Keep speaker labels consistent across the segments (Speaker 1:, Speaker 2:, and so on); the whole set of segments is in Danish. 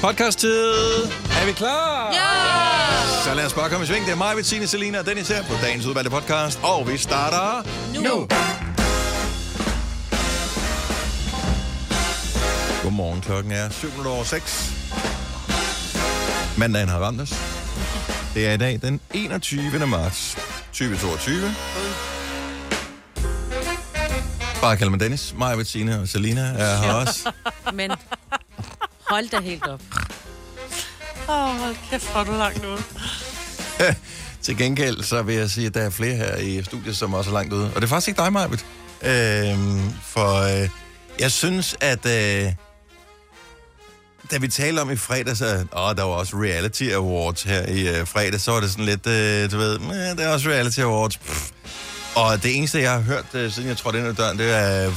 Speaker 1: Podcast-tid. Er vi klar?
Speaker 2: Ja!
Speaker 1: Så lad os bare komme i sving. Det er mig, Bettine, Selina og Dennis her på dagens udvalgte podcast. Og vi starter
Speaker 2: Nu.
Speaker 1: nu. Godmorgen, klokken er 7.06. Mandagen har ramt os. Det er i dag den 21. marts 2022. Bare kald mig Dennis. Mig, Bettina og Selina er her også.
Speaker 3: Men hold da helt op.
Speaker 2: Åh, oh, hold kæft, hvor er du langt nu.
Speaker 1: Til gengæld så vil jeg sige, at der er flere her i studiet, som også er langt ude. Og det er faktisk ikke dig, Majbet. Øhm, for øh, jeg synes, at øh, da vi talte om i fredags, at åh, der var også Reality Awards her i øh, fredags, så var det sådan lidt, øh, du ved, "Meh, der er også Reality Awards. Pff. Og det eneste, jeg har hørt, øh, siden jeg trådte ind ad døren, det er øh,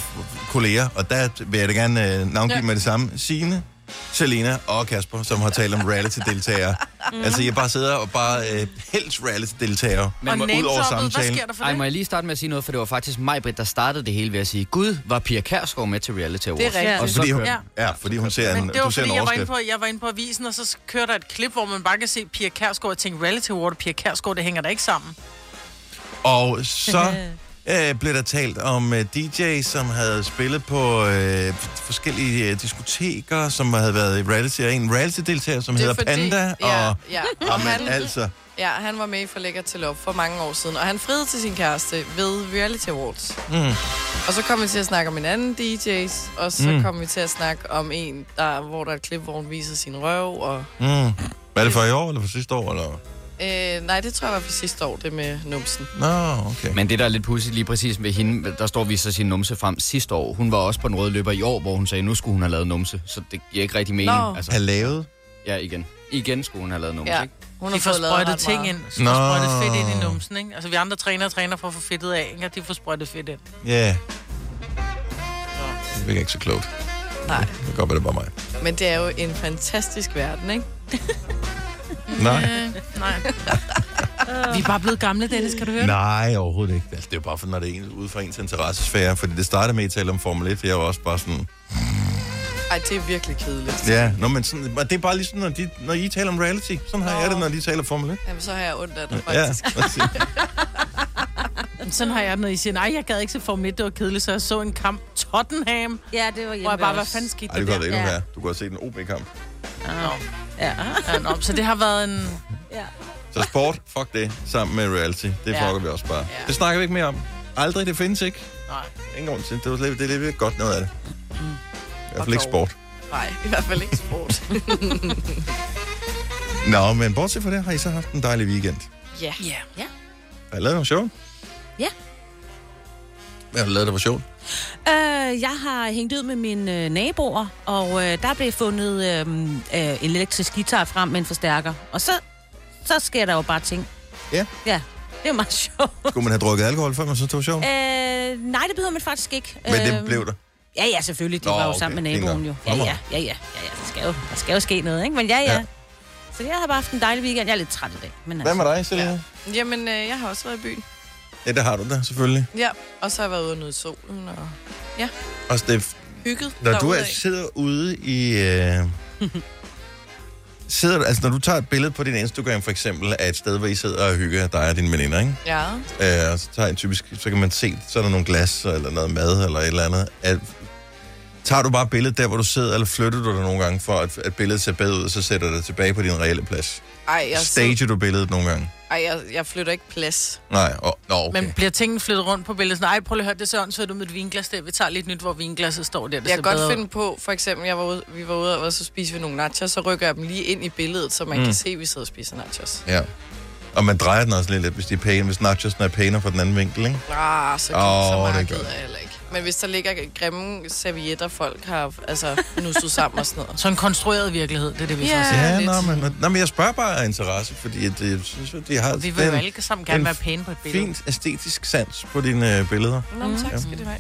Speaker 1: kolleger. Og der vil jeg da gerne øh, navngive
Speaker 2: Ja.
Speaker 1: ja. med det samme. Signe, Selena og Kasper, som har talt om reality-deltagere. Altså, jeg bare sidder og bare øh, helst reality-deltagere.
Speaker 4: Men må,
Speaker 1: ud over
Speaker 2: Name-droppet, Hvad
Speaker 1: samtalen.
Speaker 2: sker der for
Speaker 4: ej,
Speaker 2: det?
Speaker 4: må jeg lige starte med at sige noget, for det var faktisk Majbrit, der startede det hele ved at sige, Gud, var Pia Kærsgaard med til Reality Awards?
Speaker 2: Det er rigtigt.
Speaker 4: Og så
Speaker 1: Fordi hun,
Speaker 4: kørte
Speaker 2: Ja.
Speaker 1: ja. ja, fordi hun ser en,
Speaker 2: Men det var
Speaker 1: du ser
Speaker 2: fordi,
Speaker 1: en
Speaker 2: jeg var, inde
Speaker 1: overskrift.
Speaker 2: på, jeg var inde på avisen, og så kører der et klip, hvor man bare kan se Pia Kærsgaard og tænke, reality award og Pia Kærsgaard, det hænger da ikke sammen.
Speaker 1: Og så øh, blev der talt om øh, DJ, som havde spillet på øh, forskellige øh, diskoteker, som havde været i reality, og en reality-deltager, som hedder Panda,
Speaker 5: ja,
Speaker 1: og...
Speaker 5: Ja, og
Speaker 1: Jamen,
Speaker 5: han,
Speaker 1: altså,
Speaker 5: ja, han var med i For Lækker til Love for mange år siden, og han friede til sin kæreste ved Reality Awards. Mm. Og så kom vi til at snakke om en anden DJ's, og så mm. kom vi til at snakke om en, der, hvor der er et klip, hvor hun viser sin røv. Og,
Speaker 1: mm, var det for i år, eller for sidste år, eller?
Speaker 5: øh, nej, det tror jeg var for sidste år, det med numsen.
Speaker 1: Nå, okay.
Speaker 4: Men det, der er lidt pudsigt lige præcis ved hende, der står vi så sin numse frem sidste år. Hun var også på den røde løber i år, hvor hun sagde, nu skulle hun have lavet numse. Så det giver ikke rigtig mening.
Speaker 5: Nå.
Speaker 4: Altså,
Speaker 1: Have lavet?
Speaker 4: ja, igen. Igen skulle hun have lavet numse,
Speaker 5: Ja,
Speaker 4: ikke?
Speaker 5: hun
Speaker 2: De får sprøjtet
Speaker 5: ret
Speaker 2: ting
Speaker 5: meget.
Speaker 2: ind. De
Speaker 1: Nå.
Speaker 2: får sprøjtet fedt ind i numsen, ikke? Altså, vi andre træner og træner for at få fedtet af, ikke? Og de får sprøjtet fedt ind.
Speaker 1: Ja. Yeah. Det virker ikke så klogt.
Speaker 5: Nej,
Speaker 1: Det kan godt være, det er bare mig.
Speaker 5: men det er jo en fantastisk verden, ikke?
Speaker 1: Nej.
Speaker 5: Øh,
Speaker 2: Øh, Nej. vi er bare blevet gamle, Dennis, kan du
Speaker 5: Øh.
Speaker 2: høre det?
Speaker 1: Nej, overhovedet ikke. Altså, det er jo bare, for, når det er en, ude fra ens interessesfære. Fordi det startede med at tale om Formel 1, for jeg var også bare sådan...
Speaker 5: Ej, det er virkelig kedeligt.
Speaker 1: Ja, nå, men sådan, og det er bare ligesom, når, de, når I taler om reality. Sådan har jeg det, når de taler om Formel 1.
Speaker 5: Jamen, så har jeg ondt af det,
Speaker 1: Ja,
Speaker 5: faktisk.
Speaker 1: præcis.
Speaker 2: Sådan har jeg, det, når I siger, nej, jeg gad ikke se Formel 1, det var kedeligt, så jeg så en kamp Tottenham,
Speaker 3: Ja, det var hjemme
Speaker 2: hvor jeg bare,
Speaker 3: ved
Speaker 2: hvad
Speaker 3: os.
Speaker 2: fanden skete der
Speaker 1: Ej, det
Speaker 2: der?
Speaker 1: går det endnu
Speaker 3: Ja.
Speaker 1: her. Du kan godt se den OB-kamp.
Speaker 2: Nå.
Speaker 3: Ja.
Speaker 2: Ja, nå, så det har været en...
Speaker 3: ja.
Speaker 1: Så sport, fuck det, sammen med reality. Det
Speaker 2: Ja.
Speaker 1: fucker vi også bare.
Speaker 5: Ja.
Speaker 1: Det snakker vi ikke mere om. Aldrig, det findes ikke.
Speaker 2: Nej.
Speaker 1: Ingen grund til. Det er lidt, det er lidt godt noget af det. I hvert fald ikke
Speaker 5: dog.
Speaker 1: sport.
Speaker 5: Nej, i hvert fald ikke sport.
Speaker 1: Nå, men bortset fra det, har I så haft en dejlig weekend.
Speaker 5: ja.
Speaker 2: Ja.
Speaker 1: Har I lavet noget sjovt?
Speaker 3: Ja.
Speaker 1: Hvad har du lavet, der var sjovt?
Speaker 3: Øh, jeg har hængt ud med mine øh, naboer, og øh, der blev fundet øh, øh, en elektrisk guitar frem med en forstærker. Og så, så sker der jo bare ting.
Speaker 1: Ja.
Speaker 3: Ja, det er meget sjovt.
Speaker 1: Skulle man have drukket alkohol, før man så tog sjovt?
Speaker 3: Øh, nej, det behøver man faktisk ikke.
Speaker 1: Men det
Speaker 3: Øh,
Speaker 1: blev der.
Speaker 3: Ja, ja, selvfølgelig. De
Speaker 1: Nå,
Speaker 3: var jo
Speaker 1: okay.
Speaker 3: sammen med
Speaker 1: Fint
Speaker 3: naboen
Speaker 1: nok.
Speaker 3: jo. Ja, ja,
Speaker 1: Nå, nå.
Speaker 3: ja, ja, ja. ja. Der, skal jo, der skal jo ske noget, ikke? Men ja, ja.
Speaker 1: Ja.
Speaker 3: ja. Så jeg har bare haft en dejlig weekend. Jeg er lidt træt i dag. Men altså.
Speaker 1: Hvad med dig, Selina? Ja.
Speaker 5: Jamen, øh, jeg har også været i byen.
Speaker 1: ja, det har du da, selvfølgelig.
Speaker 5: Ja, og så har jeg været ude og nyde solen og
Speaker 1: Og Steff,
Speaker 5: hygget
Speaker 1: når du er,
Speaker 5: derudad.
Speaker 1: sidder ude i... Øh... sidder, du- altså, når du tager et billede på din Instagram, for eksempel, af et sted, hvor I sidder og hygger dig og dine veninder, ikke?
Speaker 5: Ja,
Speaker 1: Øh, og så tager I typisk, så kan man se, så er der nogle glas eller noget mad eller et eller andet. At, tager du bare billedet der, hvor du sidder, eller flytter du det nogle gange for, at, at billedet ser bedre ud, og så sætter du det tilbage på din reelle plads?
Speaker 5: ej, jeg, sid-
Speaker 1: Stager du billedet nogle gange?
Speaker 5: ej, jeg, jeg flytter ikke plads.
Speaker 1: Nej, oh, nå, okay.
Speaker 2: Men bliver tingene flyttet rundt på billedet? Sådan, Ej, prøv lige at høre, det ser åndssvagt ud med et vinglas der. Vi tager lidt nyt, hvor vinglasset står der. Det ser
Speaker 5: Jeg kan godt
Speaker 2: bedre ud.
Speaker 5: finde på, for eksempel, jeg var ude, vi var ude og så spiste vi nogle nachos, så rykker jeg dem lige ind i billedet, så man mm. kan se, at vi sidder og spiser nachos.
Speaker 1: Ja. Og man drejer den også lidt, lidt hvis, de er pæne, hvis nachosene er pæne fra den anden vinkel, ikke?
Speaker 5: Ah, så,
Speaker 1: Åh,
Speaker 5: oh, så
Speaker 1: det er
Speaker 5: meget
Speaker 1: godt.
Speaker 5: gider jeg heller ikke. Men hvis der ligger grimme servietter, folk har altså, nusset sammen og sådan noget.
Speaker 2: Så en konstrueret virkelighed, det er det, vi
Speaker 5: Ja.
Speaker 2: yeah.
Speaker 5: er
Speaker 1: Ja,
Speaker 5: lidt-
Speaker 1: nå, men, nå, men jeg spørger bare af interesse, fordi at, øh, jeg synes, at de har
Speaker 2: Vi vil jo alle sammen gerne
Speaker 1: en
Speaker 2: være pæne på et billede.
Speaker 1: fint æstetisk sans på dine øh, billeder.
Speaker 5: Nå, men tak skal det være.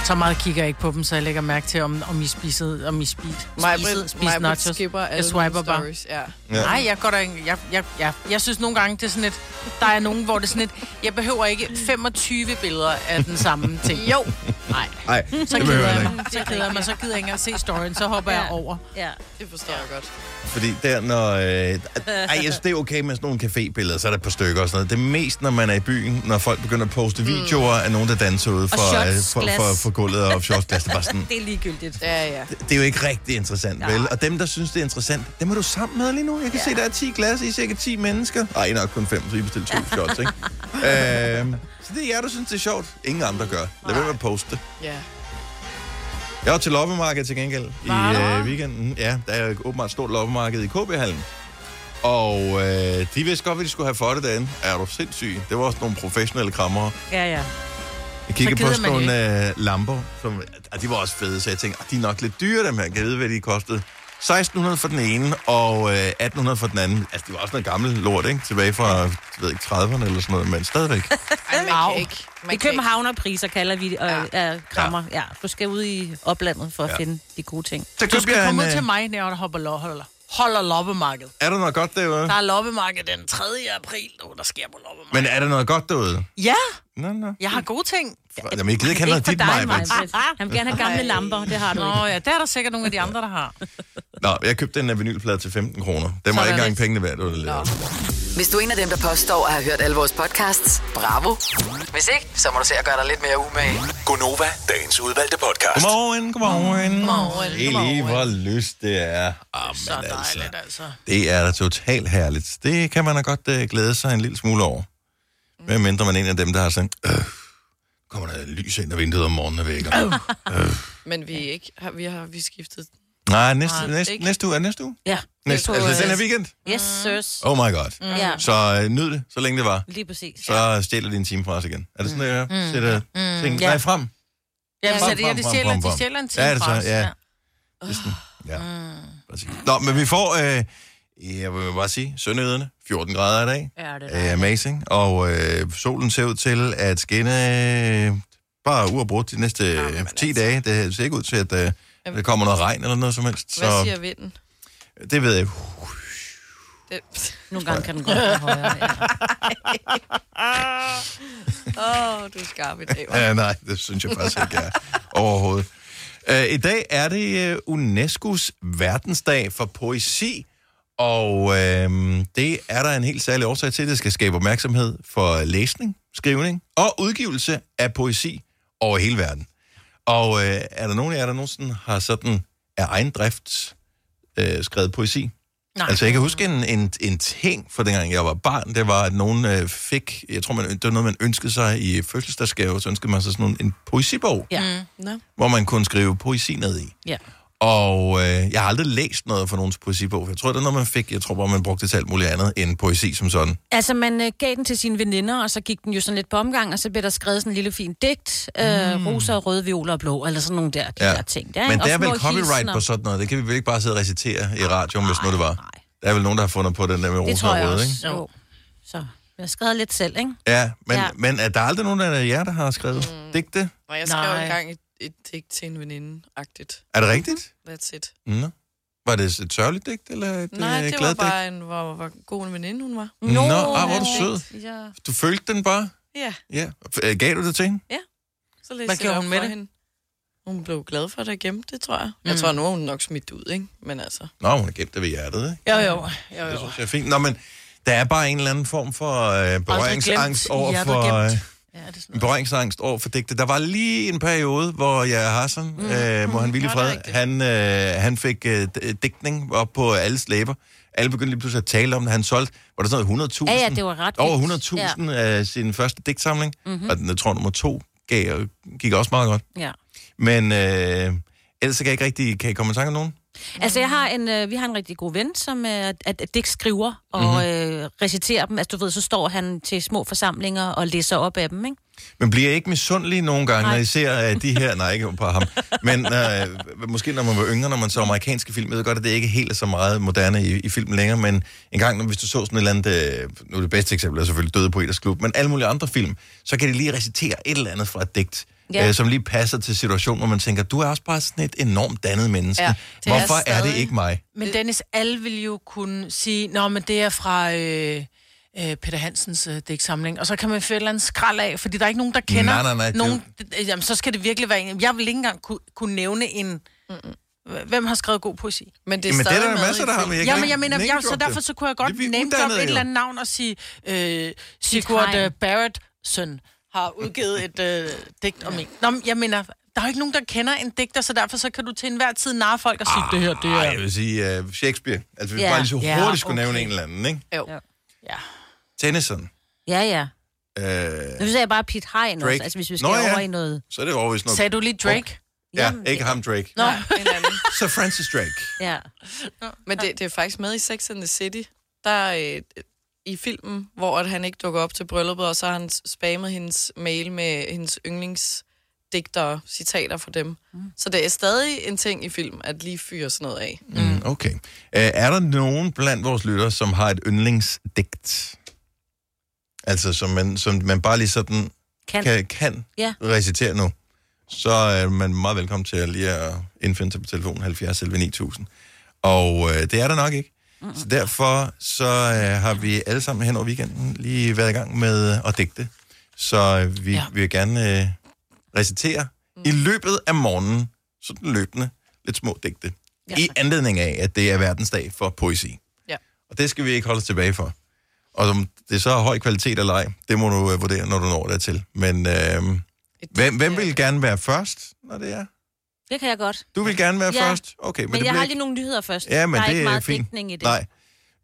Speaker 2: Så Så meget kigger jeg ikke på dem, så jeg lægger mærke til, om, om I spisede, om I spiste, spisede,
Speaker 5: Majbrit,
Speaker 2: spiste
Speaker 5: Majbrit
Speaker 2: nachos.
Speaker 5: skipper alle
Speaker 2: Jeg swiper
Speaker 5: mine
Speaker 2: bare.
Speaker 5: stories. Ja.
Speaker 1: Ja.
Speaker 2: Ja. Nej, jeg går der ikke. Jeg, jeg, jeg, jeg synes nogle gange, det er sådan et, der er nogen, hvor det er sådan et, jeg behøver ikke 25 billeder af den samme ting. Jo. Nej.
Speaker 1: Nej,
Speaker 2: Så
Speaker 1: det behøver
Speaker 2: keder
Speaker 1: jeg
Speaker 2: jeg
Speaker 1: ikke.
Speaker 2: mig. Så keder jeg mig. Så gider jeg ikke engang se storyen. Så hopper jeg
Speaker 3: Ja.
Speaker 2: over.
Speaker 3: Ja.
Speaker 5: Det forstår jeg godt.
Speaker 1: Fordi der, når... Øh, ej, jeg synes, det er okay med sådan nogle cafébilleder, så er der et par stykker og sådan noget. Det er mest, når man er i byen, når folk begynder at poste videoer af nogen, der danser ude for, øh,
Speaker 3: shotsglas.
Speaker 1: for, for, for gulvet og shotsglas. Det er bare sådan,
Speaker 3: Det er ligegyldigt.
Speaker 5: Ja, ja.
Speaker 1: det er jo ikke rigtig interessant,
Speaker 3: Nej.
Speaker 1: vel? Og dem, der synes, det er interessant, dem er du sammen med lige nu. Jeg kan ja. se, der er 10 glas i cirka 10 mennesker. Ej, I er nok kun 5, så I bestiller 20 shots, ikke? øhm, så det er jer, der synes, det er sjovt. Ingen andre gør. Lad være med at poste det.
Speaker 5: ja.
Speaker 1: Jeg var til loppemarked til gengæld
Speaker 2: Var
Speaker 1: i
Speaker 2: der?
Speaker 1: øh, weekenden. Ja, der er jo åbenbart et stort loppemarked i KB-hallen. Og øh, de vidste godt, hvad de skulle have for det derinde. Er du sindssyg? Det var også nogle professionelle krammer.
Speaker 3: Ja, ja.
Speaker 1: Jeg kiggede
Speaker 2: gider
Speaker 1: på sådan
Speaker 2: man jo
Speaker 1: nogle øh, lamper, som, og de var også fede, så jeg tænkte, "Ah, de er nok lidt dyre, dem her. Kan jeg vide, hvad de kostede? 1600 for den ene, og øh, 1800 for den anden. Altså, det var også noget gammel lort, ikke? Tilbage fra, jeg ved ikke, 30'erne eller sådan noget, men stadigvæk.
Speaker 5: Ej, man
Speaker 3: Au.
Speaker 5: kan ikke.
Speaker 3: I
Speaker 5: Man kan ikke.
Speaker 3: Københavnerpriser kalder vi øh, øh, krammer. Ja. Du skal ud i oplandet for at
Speaker 1: Ja.
Speaker 3: finde de gode ting.
Speaker 1: Så
Speaker 2: Du
Speaker 1: købte jeg
Speaker 2: skal komme
Speaker 1: en,
Speaker 2: ud til
Speaker 1: øh,
Speaker 2: mig, når der hopper lo- holder, holder loppemarked.
Speaker 1: Er der noget godt derude?
Speaker 2: Der er loppemarked den 3. april, du, der sker på loppemarked.
Speaker 1: Men er der noget godt derude?
Speaker 2: Ja,
Speaker 1: Nå, nå.
Speaker 2: jeg har gode ting.
Speaker 1: Jamen, jeg gider ikke
Speaker 3: Ikke
Speaker 1: have noget
Speaker 3: for
Speaker 1: dit,
Speaker 3: dig,
Speaker 1: Maja.
Speaker 3: Majbrit. Han vil gerne have gamle
Speaker 5: Ej.
Speaker 3: lamper, det har du ikke.
Speaker 2: Nå ja, der er der sikkert nogle af de andre, der har.
Speaker 1: Nå, jeg købte den her vinylplade til 15 kroner. Den var
Speaker 2: Sådan.
Speaker 1: ikke engang pengene værd. Det var det lidt.
Speaker 6: Hvis du er en af dem, der påstår at have hørt alle vores podcasts, bravo. Hvis ikke, så må du se at gøre dig lidt mere umage.
Speaker 7: Gonova, dagens udvalgte podcast.
Speaker 1: Godmorgen, godmorgen.
Speaker 2: Godmorgen,
Speaker 1: Se lige, hvor lyst det er. Amen,
Speaker 2: Så dejligt, altså.
Speaker 1: Det er da totalt herligt. Det kan man da godt uh, glæde sig en lille smule over. Hvad mindre man er en af dem, der har sådan... Øh, kommer der lys ind ad vinduet om morgenen og vækker. Øh.
Speaker 5: Men vi, er ikke, har, vi, har, vi skiftet.
Speaker 1: Nej, næste,
Speaker 5: Nej,
Speaker 1: næste,
Speaker 5: ikke.
Speaker 1: næste uge. Er det næste uge?
Speaker 3: Ja.
Speaker 1: Næste,
Speaker 5: på,
Speaker 1: altså
Speaker 5: øh,
Speaker 1: den her weekend?
Speaker 3: Yes,
Speaker 5: Mm.
Speaker 3: sirs.
Speaker 1: Oh my god.
Speaker 3: Ja,
Speaker 1: Så uh, nyd det, så længe det var.
Speaker 3: lige præcis.
Speaker 1: Så stjæler de en time fra os igen. Er det sådan, at jeg sætter ting?
Speaker 2: Ja.
Speaker 1: Nej, frem.
Speaker 2: Ja,
Speaker 1: Frem,
Speaker 2: så det er,
Speaker 1: frem,
Speaker 2: de
Speaker 1: frem,
Speaker 2: sjældent,
Speaker 1: frem, frem.
Speaker 2: de sjældent en Ah.
Speaker 1: Ja,
Speaker 2: time fra
Speaker 1: er det så?
Speaker 2: os.
Speaker 1: Ja. Det er sådan, ja. Præcis. Nå, men vi får, øh, jeg vil bare sige, sønderjyderne, 14 grader i dag.
Speaker 3: Ja, det
Speaker 1: Øh, amazing. Og øh, solen ser ud til at skinne øh, bare uafbrudt de næste øh,
Speaker 2: altså.
Speaker 1: 10 dage. Det ser ikke ud til, at øh, der kommer noget regn eller noget som helst.
Speaker 5: Hvad
Speaker 1: Så
Speaker 5: siger vinden?
Speaker 1: det ved jeg.
Speaker 5: Det,
Speaker 3: Nogle gange kan den godt være højere. Ja.
Speaker 5: åh, oh, du er skarp i dag. hva'?
Speaker 1: Ja, nej, det synes jeg faktisk ikke er overhovedet. Øh, I dag er det øh, UNESCO's verdensdag for poesi, og øh, det er der en helt særlig årsag til. Det skal skabe opmærksomhed for læsning, skrivning og udgivelse af poesi over hele verden. Og øh, er der nogen af jer, der nogensinde har sådan af egen drift øh, skrevet poesi?
Speaker 2: Nej.
Speaker 1: Altså, jeg kan huske en, en, en ting fra dengang, jeg var barn, det var, at nogen øh, fik, jeg tror, man, det var noget, man ønskede sig i fødselsdagsgave, så ønskede man sig sådan nogle, en poesibog,
Speaker 3: Ja.
Speaker 8: Mm.
Speaker 5: Nå.
Speaker 1: hvor man kunne skrive poesi ned i.
Speaker 3: ja.
Speaker 1: Og øh, jeg har aldrig læst noget fra nogens poesibog, for jeg tror, det er noget, man fik. Jeg tror bare, man brugte det til alt muligt andet end poesi som sådan.
Speaker 3: Altså, man øh, gav den til sine veninder, og så gik den jo sådan lidt på omgang, og så blev der skrevet sådan en lille fin digt. Øh, rosa, røde, violer og blå, eller sådan nogle der, de
Speaker 1: Mm. Ja.
Speaker 3: der ting. Der,
Speaker 1: Men
Speaker 3: ikke? Og
Speaker 1: der er
Speaker 3: små
Speaker 1: vel copyright
Speaker 3: hilsener.
Speaker 1: på sådan noget. Det kan vi vel ikke bare sidde og recitere i radioen, hvis nu det var.
Speaker 3: nej.
Speaker 1: Der er vel nogen, der har fundet på den der med
Speaker 3: Det
Speaker 1: rosa
Speaker 3: tror
Speaker 1: og
Speaker 3: jeg
Speaker 1: røde,
Speaker 3: også.
Speaker 1: ikke?
Speaker 2: ikke?
Speaker 3: Jo. Så jeg har skrevet lidt selv, ikke?
Speaker 1: Ja, men, ja.
Speaker 3: Ja.
Speaker 1: men er der aldrig nogen af jer, der har skrevet mm. digte?
Speaker 5: Nej, jeg skrev
Speaker 2: Nej.
Speaker 5: engang et, et digt til en veninde-agtigt. Mm-hmm.
Speaker 1: Er det rigtigt?
Speaker 5: That's it.
Speaker 1: Nå. Var det et sørgeligt digt, eller et
Speaker 5: Nej,
Speaker 1: øh,
Speaker 5: det
Speaker 1: glad
Speaker 5: var
Speaker 1: digt?
Speaker 5: bare en, hvor, hvor god en veninde hun var.
Speaker 1: Nå, ah, hvor er du
Speaker 5: Ja.
Speaker 1: sød.
Speaker 5: Ja,
Speaker 1: Du følte den bare?
Speaker 5: ja.
Speaker 1: Ja. F- øh, Gav du det til hende?
Speaker 5: så læste
Speaker 2: Hvad
Speaker 5: jeg
Speaker 2: gjorde
Speaker 5: op
Speaker 2: hun med
Speaker 5: for
Speaker 2: det?
Speaker 5: Hende. Hun blev glad for, at jeg gemte det, tror jeg. Jeg
Speaker 3: Mm.
Speaker 5: tror, nu er hun nok smidt ud, ikke? Men altså...
Speaker 1: Nå, hun har gemt det ved hjertet,
Speaker 5: Jo,
Speaker 1: ikke?
Speaker 5: jo. jo,
Speaker 1: Det
Speaker 5: jo.
Speaker 1: synes jeg er fint. Nå, men der er bare en eller anden form for øh, berøringsangst
Speaker 2: glemt.
Speaker 1: over
Speaker 2: Hjertet
Speaker 1: for... Øh,
Speaker 2: gemt. Ja, det er sådan noget.
Speaker 1: berøringsangst over for digte. Der var lige en periode, hvor jeg Hassan, mm. øh, må han hvile i
Speaker 5: Nå,
Speaker 1: fred,
Speaker 5: det er rigtigt.
Speaker 1: han, øh, han fik øh, d- øh, digtning op på alles læber. Alle begyndte lige pludselig at tale om det. Han solgte, var det sådan noget 100.000?
Speaker 3: Ja, ja, det var ret
Speaker 1: Over
Speaker 3: vildt.
Speaker 1: 100.000 ja. af sin første digtsamling. Mm-hmm. Og den, jeg tror, nummer to gav, gik også meget godt.
Speaker 3: Ja.
Speaker 1: Men øh, ellers så kan jeg ikke rigtig kan I komme i tanke om nogen.
Speaker 3: Altså, jeg har en, øh, vi har en rigtig god ven, som øh, at, at Dick skriver og
Speaker 1: Mhm.
Speaker 3: mm-hmm. øh, reciterer dem. Altså, du ved, så står han til små forsamlinger og læser op af dem, ikke?
Speaker 1: Men bliver I ikke misundelige nogle gange, nej.
Speaker 3: Nej.
Speaker 1: når I ser uh, de her... Nej, ikke på ham. Men uh, måske når man var yngre, når man så amerikanske film, jeg ved godt, at det ikke helt er så meget moderne i, i filmen længere, men en gang, når- hvis du så sådan et eller andet... Uh, nu er det bedste eksempel er selvfølgelig Døde på Eders Klub, men alle mulige andre film, så kan de lige recitere et eller andet fra et digt. ja.
Speaker 3: Ja.
Speaker 1: øh, som lige passer til situationen, hvor man tænker, du er også bare sådan et enormt dannet menneske.
Speaker 5: Ja,
Speaker 1: Ja,
Speaker 5: det er
Speaker 1: Hvorfor er, er det
Speaker 5: stadig-
Speaker 1: ikke mig?
Speaker 2: Men Dennis, alle vil jo kunne sige, nå, men det er fra øh, øh, Peter Hansens øh, digtsamling, og så kan man få et eller andet skrald af, fordi der er ikke nogen, der kender
Speaker 1: Nej, nej, nej, det er
Speaker 2: nogen. Det... Jamen, så skal det virkelig være en... Jeg vil ikke engang kunne, kunne nævne en... Hvem har skrevet god poesi?
Speaker 5: Men det er
Speaker 1: Jamen, det
Speaker 5: stadig
Speaker 1: er der
Speaker 5: med
Speaker 1: masser,
Speaker 5: i
Speaker 1: der har,
Speaker 5: filmen.
Speaker 1: men jeg
Speaker 2: Ja,
Speaker 1: kan
Speaker 2: men jeg
Speaker 1: ikke
Speaker 2: mener,
Speaker 1: name
Speaker 2: jeg, så
Speaker 1: droppe
Speaker 2: derfor
Speaker 1: det.
Speaker 2: så kunne jeg
Speaker 1: Det
Speaker 2: godt
Speaker 1: er vi
Speaker 2: name drop
Speaker 1: uddannede
Speaker 2: et
Speaker 1: jo.
Speaker 2: eller andet navn og sige, øh, Sigurd
Speaker 3: hegn.
Speaker 2: øh, Barrett søn har udgivet et øh, digt om en. Nå, men jeg mener, der er jo ikke nogen, der kender en digter, så derfor så kan du til enhver tid narre folk og sige,
Speaker 1: Ah.
Speaker 2: det her, det
Speaker 1: Ej, jeg
Speaker 2: er...
Speaker 1: vil sige uh, Shakespeare. Altså, hvis vi
Speaker 3: Ja.
Speaker 1: bare lige så hurtigt
Speaker 2: Ja,
Speaker 1: skulle
Speaker 2: okay.
Speaker 1: nævne en eller anden, ikke?
Speaker 5: Jo.
Speaker 2: Ja.
Speaker 1: Tennyson.
Speaker 3: Ja, ja.
Speaker 1: Øh,
Speaker 3: Nu sagde jeg bare Pete Hein
Speaker 1: Drake.
Speaker 3: også, altså hvis vi skal
Speaker 1: Nå,
Speaker 3: Nå,
Speaker 1: ja.
Speaker 3: ja. over i noget...
Speaker 1: så er det jo overvist noget.
Speaker 2: Sagde du lige Drake?
Speaker 1: Ja, ikke ham Drake.
Speaker 2: Nå,
Speaker 5: En anden.
Speaker 1: Så Francis Drake.
Speaker 3: Ja.
Speaker 5: Men det, det er faktisk med i Sex and the City. Der er øh, i filmen, hvor at han ikke dukker op til brylluppet, og så har han spammet hendes mail med hendes yndlingsdigter, citater fra dem. Mm. Så det er stadig en ting i film, at lige fyre sådan noget af.
Speaker 1: Mm, okay. Uh, er der nogen blandt vores lyttere, som har et yndlingsdigt? Altså, som man, som man bare lige sådan
Speaker 3: Kan.
Speaker 1: kan, kan
Speaker 3: Ja.
Speaker 1: recitere nu, så er man meget velkommen til at lige at indfinde sig på telefonen 70 11 9000. Og øh, det er der nok ikke. Så derfor så øh, har vi alle sammen hen over weekenden lige været i gang med at digte. Så øh, vi ja.
Speaker 2: Ja.
Speaker 1: vil gerne øh, recitere mm. i løbet af morgenen, sådan løbende, lidt små digte. Ja, I anledning af, at det er verdensdag for poesi.
Speaker 5: Ja.
Speaker 1: Og det skal vi ikke holde os tilbage for. Og om det så er høj kvalitet eller ej, det må du øh, vurdere, når du når dertil. Men øh,
Speaker 5: Et
Speaker 1: hvem, hvem
Speaker 5: digt,
Speaker 1: vil
Speaker 5: øh,
Speaker 1: gerne være først, når det er?
Speaker 3: Oh, Det kan jeg godt.
Speaker 1: Du vil gerne være ja.
Speaker 3: Ja.
Speaker 1: først? Okay, men,
Speaker 3: Men, men
Speaker 1: det
Speaker 3: jeg
Speaker 1: bliver
Speaker 3: har
Speaker 1: ikke...
Speaker 3: lige nogle nyheder først.
Speaker 1: Ja, men
Speaker 3: der er
Speaker 1: det
Speaker 3: ikke
Speaker 1: er
Speaker 3: meget
Speaker 1: fint.
Speaker 3: dækning i det.
Speaker 1: Nej.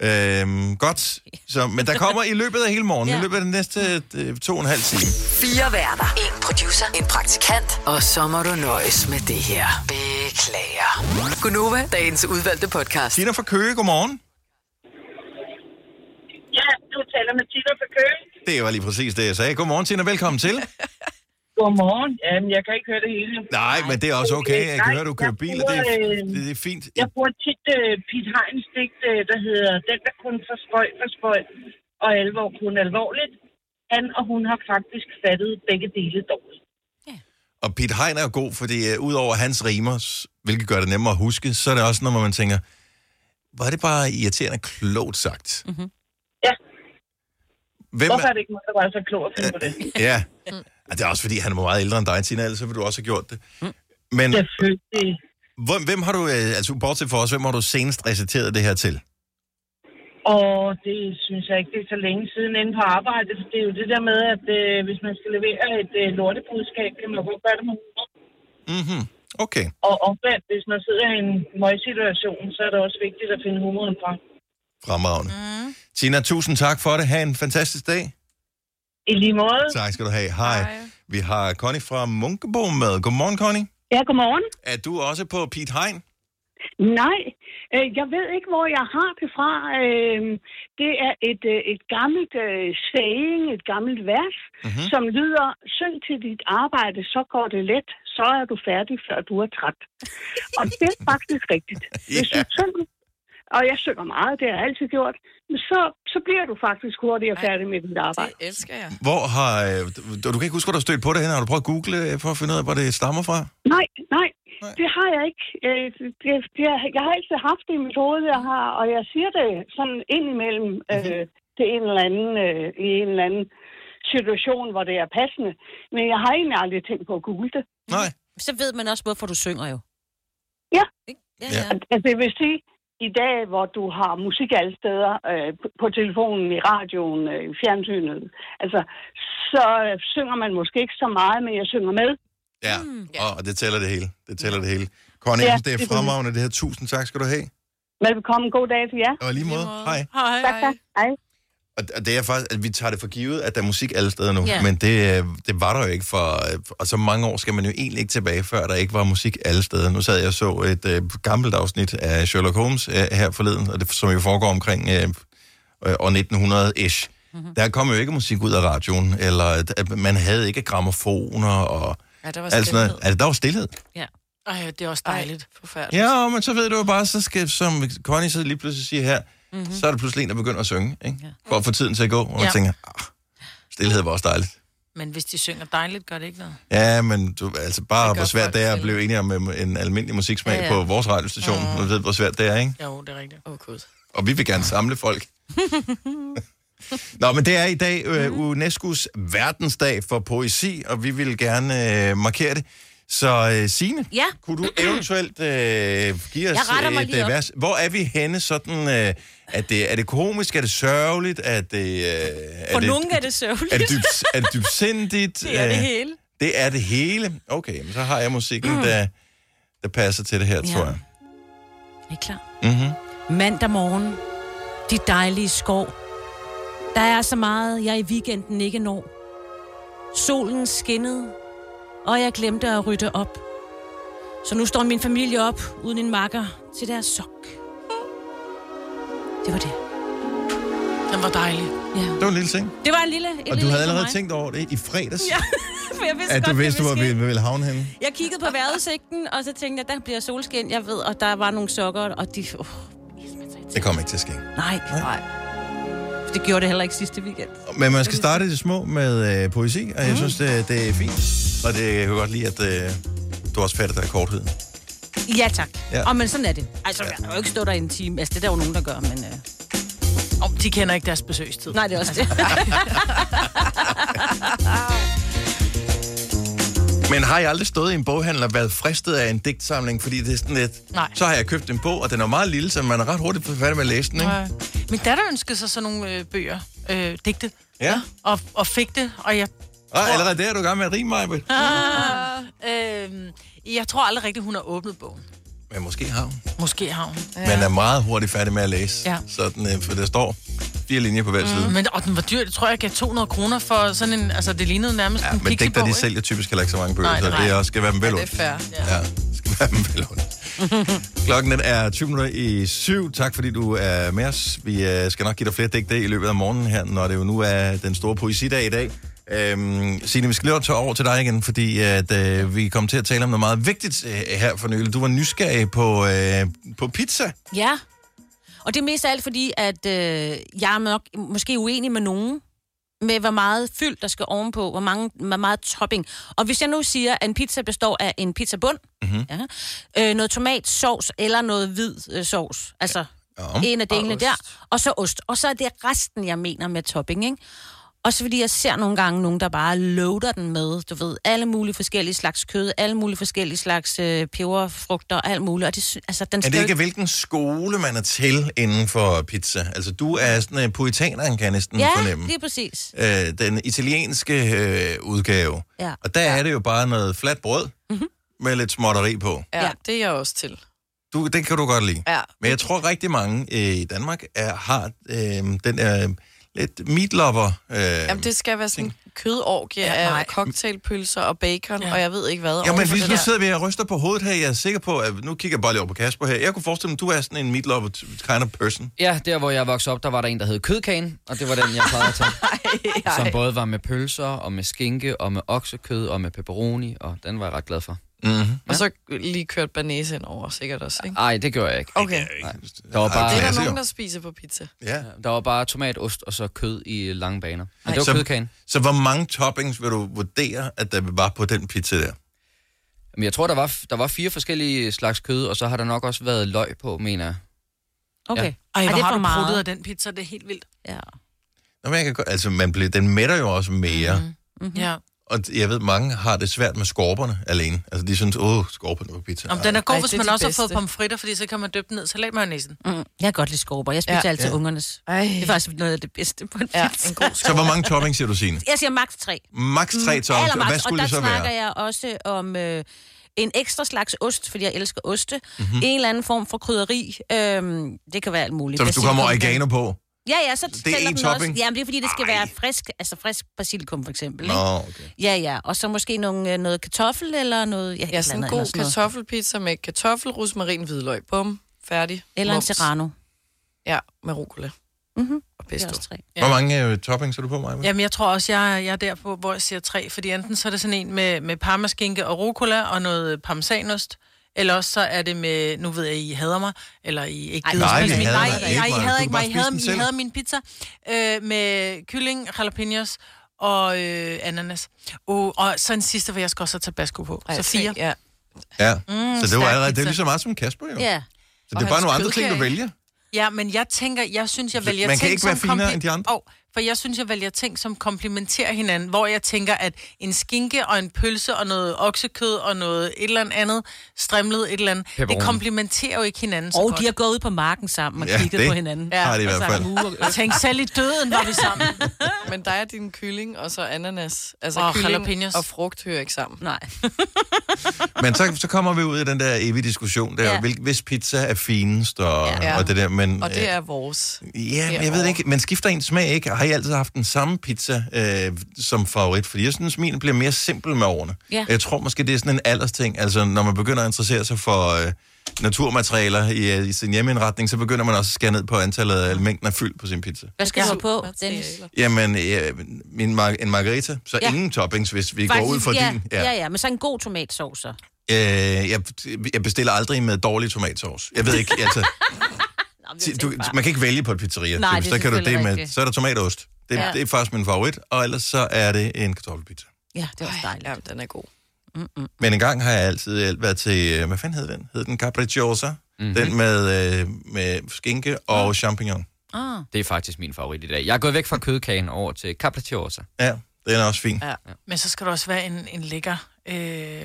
Speaker 1: Øhm, godt. Så, men der kommer i løbet af hele morgenen, ja.
Speaker 3: Ja.
Speaker 1: i løbet af den næste øh, to og en halv time.
Speaker 6: Fire værter. En producer. En praktikant. Og så må du nøjes med det her. Beklager. Gunova, dagens udvalgte podcast.
Speaker 1: Tina fra Køge, godmorgen.
Speaker 9: Ja, du taler med Tina fra Køge.
Speaker 1: Det var lige præcis det, jeg sagde. Godmorgen, Tina. Velkommen til.
Speaker 9: Godmorgen. Jamen, jeg kan ikke høre det hele.
Speaker 1: Nej, men det er også okay. Jeg kan
Speaker 9: Nej,
Speaker 1: høre, du kører
Speaker 9: jeg
Speaker 1: bil, og det
Speaker 9: bruger,
Speaker 1: er,
Speaker 9: øh,
Speaker 1: det er fint.
Speaker 9: Jeg bruger tit uh, Pete Heins digt, uh, der hedder Den, der kun for spøj, for spøj, og alvor kun alvorligt. Han og hun har faktisk fattet begge dele dårligt.
Speaker 1: Og Pete Hein er jo god, fordi øh, udover hans rimer, s- hvilket gør det nemmere at huske, så er det også noget, hvor man tænker, var det bare irriterende klogt sagt? Mm-hmm.
Speaker 9: Ja.
Speaker 1: Hvem
Speaker 9: Hvorfor
Speaker 1: er,
Speaker 9: er det ikke mig, der var så klog at finde på det?
Speaker 1: ja. Mm. Og det er også, fordi han er meget ældre end dig, Tina, ellers så ville du også have gjort det. Men
Speaker 9: Selvfølgelig.
Speaker 1: hvem, hvem har du, øh, altså bortset for os, hvem har du senest reciteret det her til?
Speaker 9: Og det synes jeg ikke, det er så længe siden inde på arbejde. For det er jo det der med, at øh, hvis man skal levere et øh, lortebudskab, kan man jo godt gøre det med humor.
Speaker 1: Mm-hmm. Okay.
Speaker 9: Og omvendt, hvis man sidder i en møgsituation, så er det også vigtigt at finde humoren frem.
Speaker 1: Fremragende. Mm. Tina, tusind tak for det. Ha' en fantastisk dag.
Speaker 9: I lige måde.
Speaker 1: Tak skal du have. Hej. Hej. Vi har Connie fra Munkebo med. Godmorgen, Connie.
Speaker 10: Ja, godmorgen.
Speaker 1: Er du også på Pete Hein?
Speaker 10: Nej, øh, jeg ved ikke, hvor jeg har det fra. Øh, det er et, øh, et gammelt øh, saying, et gammelt vers, mm-hmm. som lyder, syng til dit arbejde, så går det let, så er du færdig, før du er træt. Og det er faktisk rigtigt. Hvis du
Speaker 1: Ja.
Speaker 10: synger, og jeg synger meget, det har jeg altid gjort, men så, så bliver du faktisk hurtigere færdig med dit arbejde.
Speaker 5: Det elsker jeg.
Speaker 1: Hvor har... øh, Du, du kan ikke huske, hvor du har stødt på det hen. Har du prøvet at google øh, for at finde ud af, hvor det stammer fra?
Speaker 10: Nej, nej,
Speaker 1: Nej.
Speaker 10: det har jeg ikke. Øh, Det, det, har- jeg har altid haft det i mit hoved, jeg har, og jeg siger det sådan indimellem øh, til en eller anden, øh, i en eller anden situation, hvor det er passende. Men jeg har egentlig aldrig tænkt på at google det.
Speaker 1: Nej.
Speaker 3: Så ved man også, hvorfor du synger jo.
Speaker 10: Ja.
Speaker 3: Ikke? Ja,
Speaker 1: Ja.
Speaker 3: ja.
Speaker 10: Altså, det vil sige, i dag, hvor du har musik alle steder, øh, på- på telefonen, i radioen, øh, i fjernsynet, altså, så øh, synger man måske ikke så meget, men jeg synger med.
Speaker 1: Mm, Ja, og, og det tæller det hele. Det tæller det hele. Connie,
Speaker 10: Ja,
Speaker 1: ja, det
Speaker 10: det
Speaker 1: er
Speaker 10: er
Speaker 1: fremragende det her. Tusind tak skal du have.
Speaker 10: Velkommen, god dag til jer.
Speaker 1: Og i lige måde.
Speaker 5: måde.
Speaker 1: Hej.
Speaker 2: Hej.
Speaker 10: Tak, tak. Hej.
Speaker 1: Og og det er faktisk, at vi tager det for givet, at der er musik alle steder nu.
Speaker 3: Ja.
Speaker 1: Men det, øh, det var der jo ikke for... øh, Og så mange år skal man jo egentlig ikke tilbage, før der ikke var musik alle steder. Nu sad jeg og så et øh, gammelt afsnit af Sherlock Holmes øh, her forleden, og det, som jo foregår omkring øh, øh, år 1900-ish.
Speaker 5: Mhm.
Speaker 1: Mm-hmm. Der kom jo ikke musik ud af radioen, eller at- at man havde ikke gramofoner og
Speaker 5: Ja, der var
Speaker 1: alt sådan noget.
Speaker 5: stilhed.
Speaker 1: Altså, der var stillhed.
Speaker 2: Ej, det er også
Speaker 5: Dejligt.
Speaker 2: dejligt.
Speaker 5: Forfærdeligt.
Speaker 1: Ja, men så ved du jo bare, så skal, som Connie så lige pludselig siger her, mm-hmm. så er der pludselig en, der begynder at synge, ikke? for at få tiden til at gå, og man ja.
Speaker 2: Mhm. Ja.
Speaker 1: tænker, ah, stillhed var også dejligt.
Speaker 2: Men hvis de synger dejligt, gør det ikke noget.
Speaker 1: Ja, men du, altså bare hvor svært det er at blive enige om øhm, en almindelig musiksmag
Speaker 2: Ja,
Speaker 1: ja,
Speaker 2: ja.
Speaker 1: ja. på vores radiostation. Mm. Du ved, hvor svært det er, ikke?
Speaker 2: Jo, det er rigtigt. Åh, oh, gud.
Speaker 1: Og vi vil gerne samle folk. Nå, men det er i dag øh,
Speaker 3: Mm.
Speaker 1: UNESCO's verdensdag for poesi, og vi vil gerne øh, markere det. Så øh, Signe,
Speaker 3: Ja.
Speaker 1: kunne du eventuelt øh, give os
Speaker 3: Jeg retter mig
Speaker 1: et
Speaker 3: lige
Speaker 1: øh,
Speaker 3: op.
Speaker 1: vers? Hvor er vi henne sådan? Øh, er, det, er det komisk? Er det sørgeligt? Er det, øh, er
Speaker 3: For
Speaker 1: det,
Speaker 3: nogen er det sørgeligt.
Speaker 1: Er det, dybt, er det dybsindigt?
Speaker 3: Det er det
Speaker 1: Øh,
Speaker 3: hele.
Speaker 1: Det er det hele. Okay, men så har jeg musikken, mm. der, der passer til det her,
Speaker 3: Ja.
Speaker 1: ja. tror jeg.
Speaker 3: Er I klar?
Speaker 1: Mm-hmm.
Speaker 3: Mandag morgen. De dejlige skov. Der er så meget, jeg i weekenden ikke når. Solen skinnede, og jeg glemte at rydde op. Så nu står min familie op uden en makker til deres sok. Det var det.
Speaker 2: Den var dejlig.
Speaker 3: Ja.
Speaker 1: Det var en lille ting.
Speaker 3: Det var en lille... Et
Speaker 1: Og
Speaker 3: lille
Speaker 1: du
Speaker 3: for
Speaker 1: havde allerede
Speaker 3: mig.
Speaker 1: tænkt over det i fredags?
Speaker 3: Ja, for jeg vidste
Speaker 1: at
Speaker 3: godt,
Speaker 1: du
Speaker 3: det
Speaker 1: vidste, hvor
Speaker 3: ville
Speaker 1: vi
Speaker 3: ske.
Speaker 1: ville havne henne.
Speaker 3: Jeg kiggede på vejrudsigten, og så tænkte jeg, der bliver solskin, jeg ved, og der var nogle sokker, og de... Oh,
Speaker 1: Det kommer ikke til at ske.
Speaker 3: nej, nej. Det gjorde det heller ikke sidste weekend.
Speaker 1: Men man skal starte i det små med øh, poesi, og jeg synes, det, det er fint. Og det jeg kan godt lide, at øh, du også fatter dig korthed.
Speaker 3: Ja, tak. Ja.
Speaker 1: Ja.
Speaker 3: Og men sådan er det. Altså, jeg kan jo ikke stå der i en time. Altså, det er der jo nogen, der gør, men... Øh...
Speaker 2: Om de kender ikke deres besøgstid.
Speaker 3: Nej, det er også det.
Speaker 1: Men har jeg aldrig stået i en boghandel og været fristet af en digtsamling, fordi det er sådan lidt...
Speaker 2: Nej.
Speaker 1: Så har jeg købt en bog, og den er meget lille, så man er ret hurtigt blevet færdig med at læse den, ikke?
Speaker 2: Nej. Min datter ønskede sig sådan nogle øh, bøger, øh, digte,
Speaker 1: Ja.
Speaker 2: og, og fik det, og jeg,
Speaker 1: Og allerede der er du i gang med at rime mig,
Speaker 2: ah, øh, jeg tror aldrig rigtigt, hun har åbnet bogen.
Speaker 1: Men måske har hun.
Speaker 2: Måske har hun.
Speaker 1: Ja. Man er meget hurtigt færdig med at læse.
Speaker 2: Ja.
Speaker 1: Sådan, øh, for der står fire linjer på hver mm. side.
Speaker 2: Men, og den var dyr, jeg tror, jeg gav 200 kroner for sådan en, altså det lignede nærmest ja, en
Speaker 1: Men digter,
Speaker 2: pixiebog,
Speaker 1: de
Speaker 2: ikke?
Speaker 1: sælger typisk heller ikke så mange bøger,
Speaker 2: Nej,
Speaker 1: så
Speaker 2: nej.
Speaker 1: det er også, skal være dem vel
Speaker 5: Det er fair.
Speaker 1: Ja, skal være dem vel Klokken den er 20 minutter i syv. Tak fordi du er med os. Vi øh, skal nok give dig flere digte i løbet af morgenen her, når det jo nu er den store poesidag i dag. Øhm, Signe, vi skal lige tage over til dig igen, fordi at, øh, vi kom til at tale om noget meget vigtigt øh, her for nylig. Du var nysgerrig på, øh, på pizza.
Speaker 3: ja. Og det er mest af alt fordi, at øh, jeg er nok måske uenig med nogen, med hvor meget fyld, der skal ovenpå, hvor, mange, hvor meget topping. Og hvis jeg nu siger, at en pizza består af en pizzabund,
Speaker 1: Mhm.
Speaker 3: mm-hmm. ja, øh, noget tomat, sovs eller noget hvid øh, sovs, altså ja. en af delene der, og så ost. Og så er det resten, jeg mener med topping, ikke? Også fordi jeg ser nogle gange nogen, der bare loader den med, du ved, alle mulige forskellige slags kød, alle mulige forskellige slags øh, peberfrugter og alt muligt. Og det, sy- altså, den
Speaker 1: Er
Speaker 3: skal
Speaker 1: det
Speaker 3: jo
Speaker 1: ikke, hvilken skole man er til inden for pizza? Altså, du er sådan en puritaner, kan jeg næsten
Speaker 3: Ja,
Speaker 1: fornemme.
Speaker 3: lige præcis.
Speaker 1: øh, den italienske øh, udgave.
Speaker 3: Ja.
Speaker 1: Og der er det jo bare noget fladt brød
Speaker 4: Mhm.
Speaker 1: mm-hmm. med lidt småtteri på.
Speaker 5: Ja, det er jeg også til.
Speaker 1: Du, den kan du godt lide.
Speaker 5: Ja.
Speaker 1: Men jeg tror rigtig mange øh, i Danmark er, har øh, den er lidt meatlover. Øh,
Speaker 5: Jamen, det skal være sådan en kødorgie
Speaker 2: nej.
Speaker 5: af cocktailpølser og bacon, ja. og jeg ved ikke hvad.
Speaker 1: Ja, men
Speaker 5: ovenpå
Speaker 1: hvis
Speaker 5: det
Speaker 1: nu
Speaker 5: der.
Speaker 1: sidder vi og ryster på hovedet her, jeg er sikker på, at nu kigger jeg bare lige over på Kasper her. Jeg kunne forestille mig, at du er sådan en meatlover kind of person.
Speaker 4: Ja, der hvor jeg voksede op, der var der en, der hed kødkagen, og det var den, jeg plejede at tage. Som både var med pølser, og med skinke, og med oksekød, og med pepperoni, og den var jeg ret glad for. Mm.
Speaker 5: Og så lige kørt banæse ind over, sikkert også, ikke?
Speaker 4: Nej, det gjorde jeg ikke.
Speaker 5: Okay.
Speaker 4: Der var bare,
Speaker 5: Det er
Speaker 1: klasse,
Speaker 5: der
Speaker 1: jo.
Speaker 5: nogen, der spiser på pizza.
Speaker 1: Ja.
Speaker 4: der var bare tomat, ost og så kød i lange baner. Men det var
Speaker 1: Så,
Speaker 4: kødkagen.
Speaker 1: så hvor mange toppings vil du vurdere, at der var på den pizza der?
Speaker 4: Men jeg tror, der var, der var fire forskellige slags kød, og så har der nok også været løg på, mener jeg.
Speaker 3: Okay.
Speaker 4: Ja.
Speaker 2: Ej,
Speaker 3: Ej,
Speaker 2: hvor
Speaker 3: det er
Speaker 2: har
Speaker 3: for
Speaker 2: du pruttet af
Speaker 3: meget.
Speaker 2: den pizza, det er helt vildt.
Speaker 3: Ja.
Speaker 1: Nå, men jeg kan, godt- altså, man bliver, den mætter jo også mere. Mm.
Speaker 2: Mm-hmm. Ja.
Speaker 1: Og jeg ved, mange har det svært med skorperne alene. Altså, de synes, åh, skorperne på pizza.
Speaker 2: Om den er god,
Speaker 5: Ej,
Speaker 2: hvis
Speaker 5: det er
Speaker 2: man
Speaker 5: de
Speaker 2: også har fået
Speaker 5: bedste.
Speaker 2: pomfritter, fordi så kan man dyppe den ned i salatmayonnaisen.
Speaker 3: Mm. Jeg kan godt lide skorper. Jeg spiser ja.
Speaker 5: Ja.
Speaker 3: altid ja.
Speaker 1: Ja.
Speaker 3: ungernes.
Speaker 5: Ej.
Speaker 3: Det er faktisk noget af det bedste på en
Speaker 5: Ja,
Speaker 3: pizza.
Speaker 5: en god
Speaker 1: Så hvor mange toppings siger du, Signe?
Speaker 3: Jeg siger maks 3.
Speaker 1: Max tre toppings, og hvad
Speaker 3: Allermaks. Og
Speaker 1: skulle
Speaker 3: der
Speaker 1: det så
Speaker 3: snakker
Speaker 1: være?
Speaker 3: jeg også om øh, en ekstra slags ost, fordi jeg elsker oste.
Speaker 1: Mhm.
Speaker 3: Mm-hmm. En eller anden form for krydderi. Øhm, det kan være alt muligt.
Speaker 1: Så hvis du kommer
Speaker 3: Basilikum,
Speaker 1: oregano på?
Speaker 3: Ja, ja, så
Speaker 1: er
Speaker 3: tæller
Speaker 1: én
Speaker 3: den
Speaker 1: topping?
Speaker 3: Også. Jamen, det er fordi, det skal Ej. være frisk, altså frisk basilikum for eksempel.
Speaker 1: Nå,
Speaker 3: Ikke?
Speaker 1: okay.
Speaker 3: Ja, ja. Og så måske nogle, øh, noget kartoffel eller noget... Ja, et
Speaker 5: Ja,
Speaker 3: eller
Speaker 5: sådan en
Speaker 3: andet,
Speaker 5: god
Speaker 3: eller sådan noget.
Speaker 5: kartoffelpizza med kartoffel, rosmarin, hvidløg. Bum, færdig.
Speaker 3: Eller en
Speaker 5: Mums.
Speaker 3: serrano.
Speaker 5: Ja, med rucola.
Speaker 3: Mhm.
Speaker 5: Og
Speaker 3: Det er
Speaker 5: pesto.
Speaker 3: også tre.
Speaker 1: Hvor mange øh, toppings er du på, Maja?
Speaker 2: Jamen, jeg tror også, jeg, jeg er der på, hvor jeg siger tre, fordi enten så er det sådan en med, med parmaskinke og rucola og noget parmesanost, eller også så er det med, nu ved jeg, I hader mig, eller I ikke
Speaker 3: Ej,
Speaker 2: gider
Speaker 3: nej,
Speaker 2: at
Speaker 3: vi
Speaker 2: spise min-
Speaker 3: hader
Speaker 2: nej,
Speaker 3: dig
Speaker 2: nej,
Speaker 3: ikke,
Speaker 2: I
Speaker 1: Maja.
Speaker 2: hader
Speaker 1: Du
Speaker 2: ikke
Speaker 1: kan bare
Speaker 2: mig, I
Speaker 1: spise
Speaker 2: hader,
Speaker 1: den
Speaker 2: I
Speaker 1: selv.
Speaker 2: hader min pizza øh, med kylling, jalapenos og øh, ananas. Og, og så en sidste, hvor jeg skal også have tabasco på.
Speaker 5: Ej,
Speaker 2: så
Speaker 5: se,
Speaker 2: fire.
Speaker 5: Ja.
Speaker 1: Ja,
Speaker 2: Mm,
Speaker 1: så det var
Speaker 2: stærk
Speaker 1: allerede, det er
Speaker 2: pizza.
Speaker 1: lige så meget som Kasper, jo.
Speaker 2: Ja.
Speaker 1: Så det er bare nogle andre ting, du vælger.
Speaker 2: Ja, men jeg tænker, jeg synes, jeg vælger
Speaker 1: Man kan
Speaker 2: ting,
Speaker 1: ikke være
Speaker 2: som
Speaker 1: finere
Speaker 2: kompli-
Speaker 1: end de andre.
Speaker 2: Oh, for jeg synes, jeg vælger ting, som komplementerer hinanden, hvor jeg tænker, at en skinke og en pølse og noget oksekød og noget et eller andet strimlet et eller andet,
Speaker 3: Pepperoni.
Speaker 2: det komplementerer jo ikke hinanden så
Speaker 3: Og
Speaker 2: godt.
Speaker 3: de har gået ud på marken sammen og
Speaker 2: Ja,
Speaker 3: ja, kigget
Speaker 2: det
Speaker 3: på hinanden.
Speaker 2: har de i
Speaker 3: Og
Speaker 2: hvert
Speaker 3: sagt,
Speaker 2: fald.
Speaker 3: "Uh, øh."
Speaker 2: Og tænk, selv i døden var vi sammen.
Speaker 5: Men der er din kylling og så ananas. Altså
Speaker 2: Og
Speaker 5: og kylling
Speaker 2: jalapenos.
Speaker 5: og frugt hører ikke sammen.
Speaker 3: Nej.
Speaker 1: Men så, så kommer vi ud i den der evige diskussion der,
Speaker 5: Ja.
Speaker 1: ja. hvil, hvis pizza er finest og, ja. og det der. Men,
Speaker 5: og det
Speaker 1: øh,
Speaker 5: er vores.
Speaker 1: Ja, men jeg ved det ikke, man skifter ens smag, ikke? Har I altid haft den samme pizza øh, som favorit? Fordi jeg synes, min bliver mere simpel med årene.
Speaker 7: Ja.
Speaker 1: Jeg tror måske, det er sådan en aldersting. Altså, når man begynder at interessere sig for øh, naturmaterialer i, øh, i sin hjemmeindretning, så begynder man også at skære ned på antallet af mængden af fyld på sin pizza.
Speaker 3: Hvad skal du have på, Dennis?
Speaker 1: Jamen, øh, min mar- en margarita, så
Speaker 3: Ja.
Speaker 1: ja. ingen toppings, hvis vi går ud for
Speaker 3: ja,
Speaker 1: din.
Speaker 3: Ja. ja, ja, men så en god tomatsauce. så.
Speaker 1: Øh, jeg, jeg bestiller aldrig med dårlig tomatsauce. Jeg ved ikke, altså... du, man kan ikke vælge på et pizzeria.
Speaker 7: Nej,
Speaker 1: Nej,
Speaker 7: det
Speaker 1: det
Speaker 7: er
Speaker 1: så kan du det
Speaker 7: selvfølgelig
Speaker 1: med.
Speaker 7: rigtigt.
Speaker 1: Så er der tomatost. Det,
Speaker 7: Ja.
Speaker 1: ja. det er faktisk min favorit. Og ellers så er det en kartoffelpizza.
Speaker 3: Ja, det er også dejligt.
Speaker 5: Ja, den er god.
Speaker 1: Men en gang har jeg altid øh, været til, øh, hvad fanden hed den? Hed den capricciosa? Mm-hmm. Den med, øh, med skinke og champignon.
Speaker 3: Ah.
Speaker 4: Det er faktisk min favorit i dag. Jeg er gået væk fra kødkagen over til capricciosa.
Speaker 1: Ja, den er også fin.
Speaker 2: Ja. Men så skal der også være en, en lækker... Øh,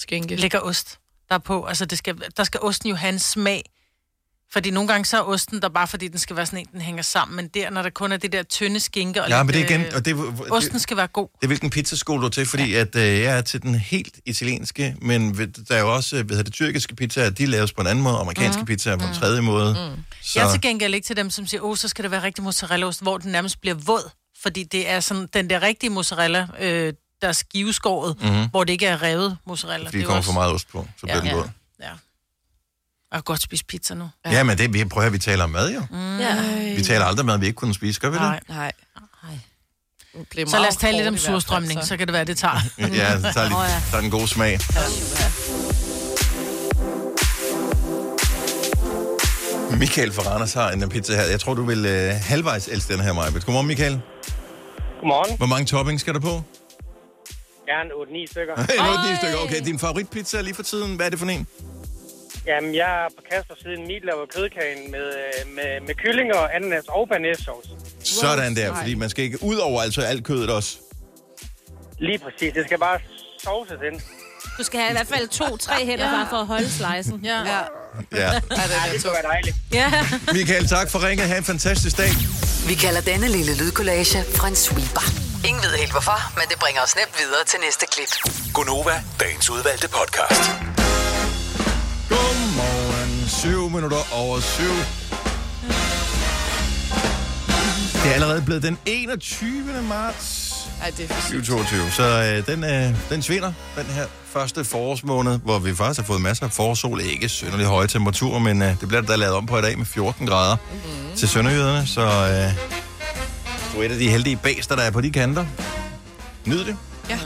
Speaker 5: Skinke.
Speaker 2: Lækker ost, der er på. Altså, det skal, der skal osten jo have en smag. Fordi nogle gange så er osten der bare, fordi den skal være sådan en, den hænger sammen. Men der, når der kun er det der tynde skinke... Og
Speaker 1: Ja,
Speaker 2: lidt,
Speaker 1: men det er
Speaker 2: øh,
Speaker 1: igen... Og det, det-
Speaker 2: Osten skal være god.
Speaker 1: Det er hvilken pizzaskole du er til, fordi ja. at, øh, jeg er til den helt italienske, men ved, der er jo også, øh, hvad hedder det, tyrkiske pizzaer, de laves på en anden måde, amerikanske
Speaker 2: Mhm.
Speaker 1: mm. pizzaer på en
Speaker 2: Mhm.
Speaker 1: tredje måde.
Speaker 2: Mm.
Speaker 1: Mm.
Speaker 2: Så... Jeg er til gengæld ikke til dem, som siger, åh, oh, så skal det være rigtig mozzarellaost, hvor den nærmest bliver våd. Fordi det er sådan den der rigtige mozzarella, øh, der er skiveskåret,
Speaker 1: Mhm.
Speaker 2: mm-hmm. hvor det ikke er revet mozzarella.
Speaker 1: Fordi
Speaker 2: Det er
Speaker 1: der
Speaker 2: jo
Speaker 1: kommer
Speaker 2: også-
Speaker 1: for meget ost på, så bliver
Speaker 2: ja.
Speaker 1: den våd.
Speaker 2: Ja. ja. Jeg kan godt spise pizza nu.
Speaker 1: Ja. ja, men det, vi prøver, at vi taler om mad jo.
Speaker 2: Mm. Ja.
Speaker 1: Vi taler aldrig mad, vi ikke kunne spise, gør vi det?
Speaker 2: Nej.
Speaker 5: Nej.
Speaker 2: Så lad os tale lidt om surstrømning, så. kan det være, det tager.
Speaker 1: Ja, så tager,
Speaker 2: Nå
Speaker 1: lige, tager den gode smag. Michael fra Randers har en pizza her. Jeg tror, du vil øh, halvvejs elske den her, Maja. Godmorgen, Michael.
Speaker 11: Godmorgen.
Speaker 1: Hvor mange toppings skal der på?
Speaker 11: Gerne 8-9 stykker.
Speaker 1: En otte, ni stykker. Okay, din favoritpizza lige for tiden, hvad er det for en?
Speaker 11: Jamen, jeg er på Kaspers siden midlav og kødkagen med, øh, med, med kylling og ananas og banæssauce.
Speaker 1: Sådan der, fordi man skal ikke ud over altså alt kødet også.
Speaker 11: Lige præcis. Det skal bare sovses ind.
Speaker 3: Du skal have i hvert fald to-tre hænder ja. bare for at holde slicen. Ja. ja.
Speaker 1: Ja.
Speaker 11: Ej, det skulle være dejligt.
Speaker 3: ja.
Speaker 1: Michael, tak for ringet. Ha' en fantastisk dag.
Speaker 6: Vi kalder denne lille lydkollage Frans sweeper. Ingen ved helt hvorfor, men det bringer os nemt videre til næste klip.
Speaker 7: Gunova, dagens udvalgte podcast.
Speaker 1: Godmorgen. 7 minutter over 7. Det er allerede blevet den 21. marts
Speaker 5: Ej, det er for sygt.
Speaker 1: 2022, så øh, den, øh, den svinder, den her første forårsmåned, hvor vi faktisk har fået masser af forårssol. Ikke synderlig høje temperaturer, men øh, det bliver der lavet om på i dag med 14 grader mm. til sønderjyderne, så øh, du er et af de heldige baster, der er på de kanter. Nyd det.
Speaker 5: Ja.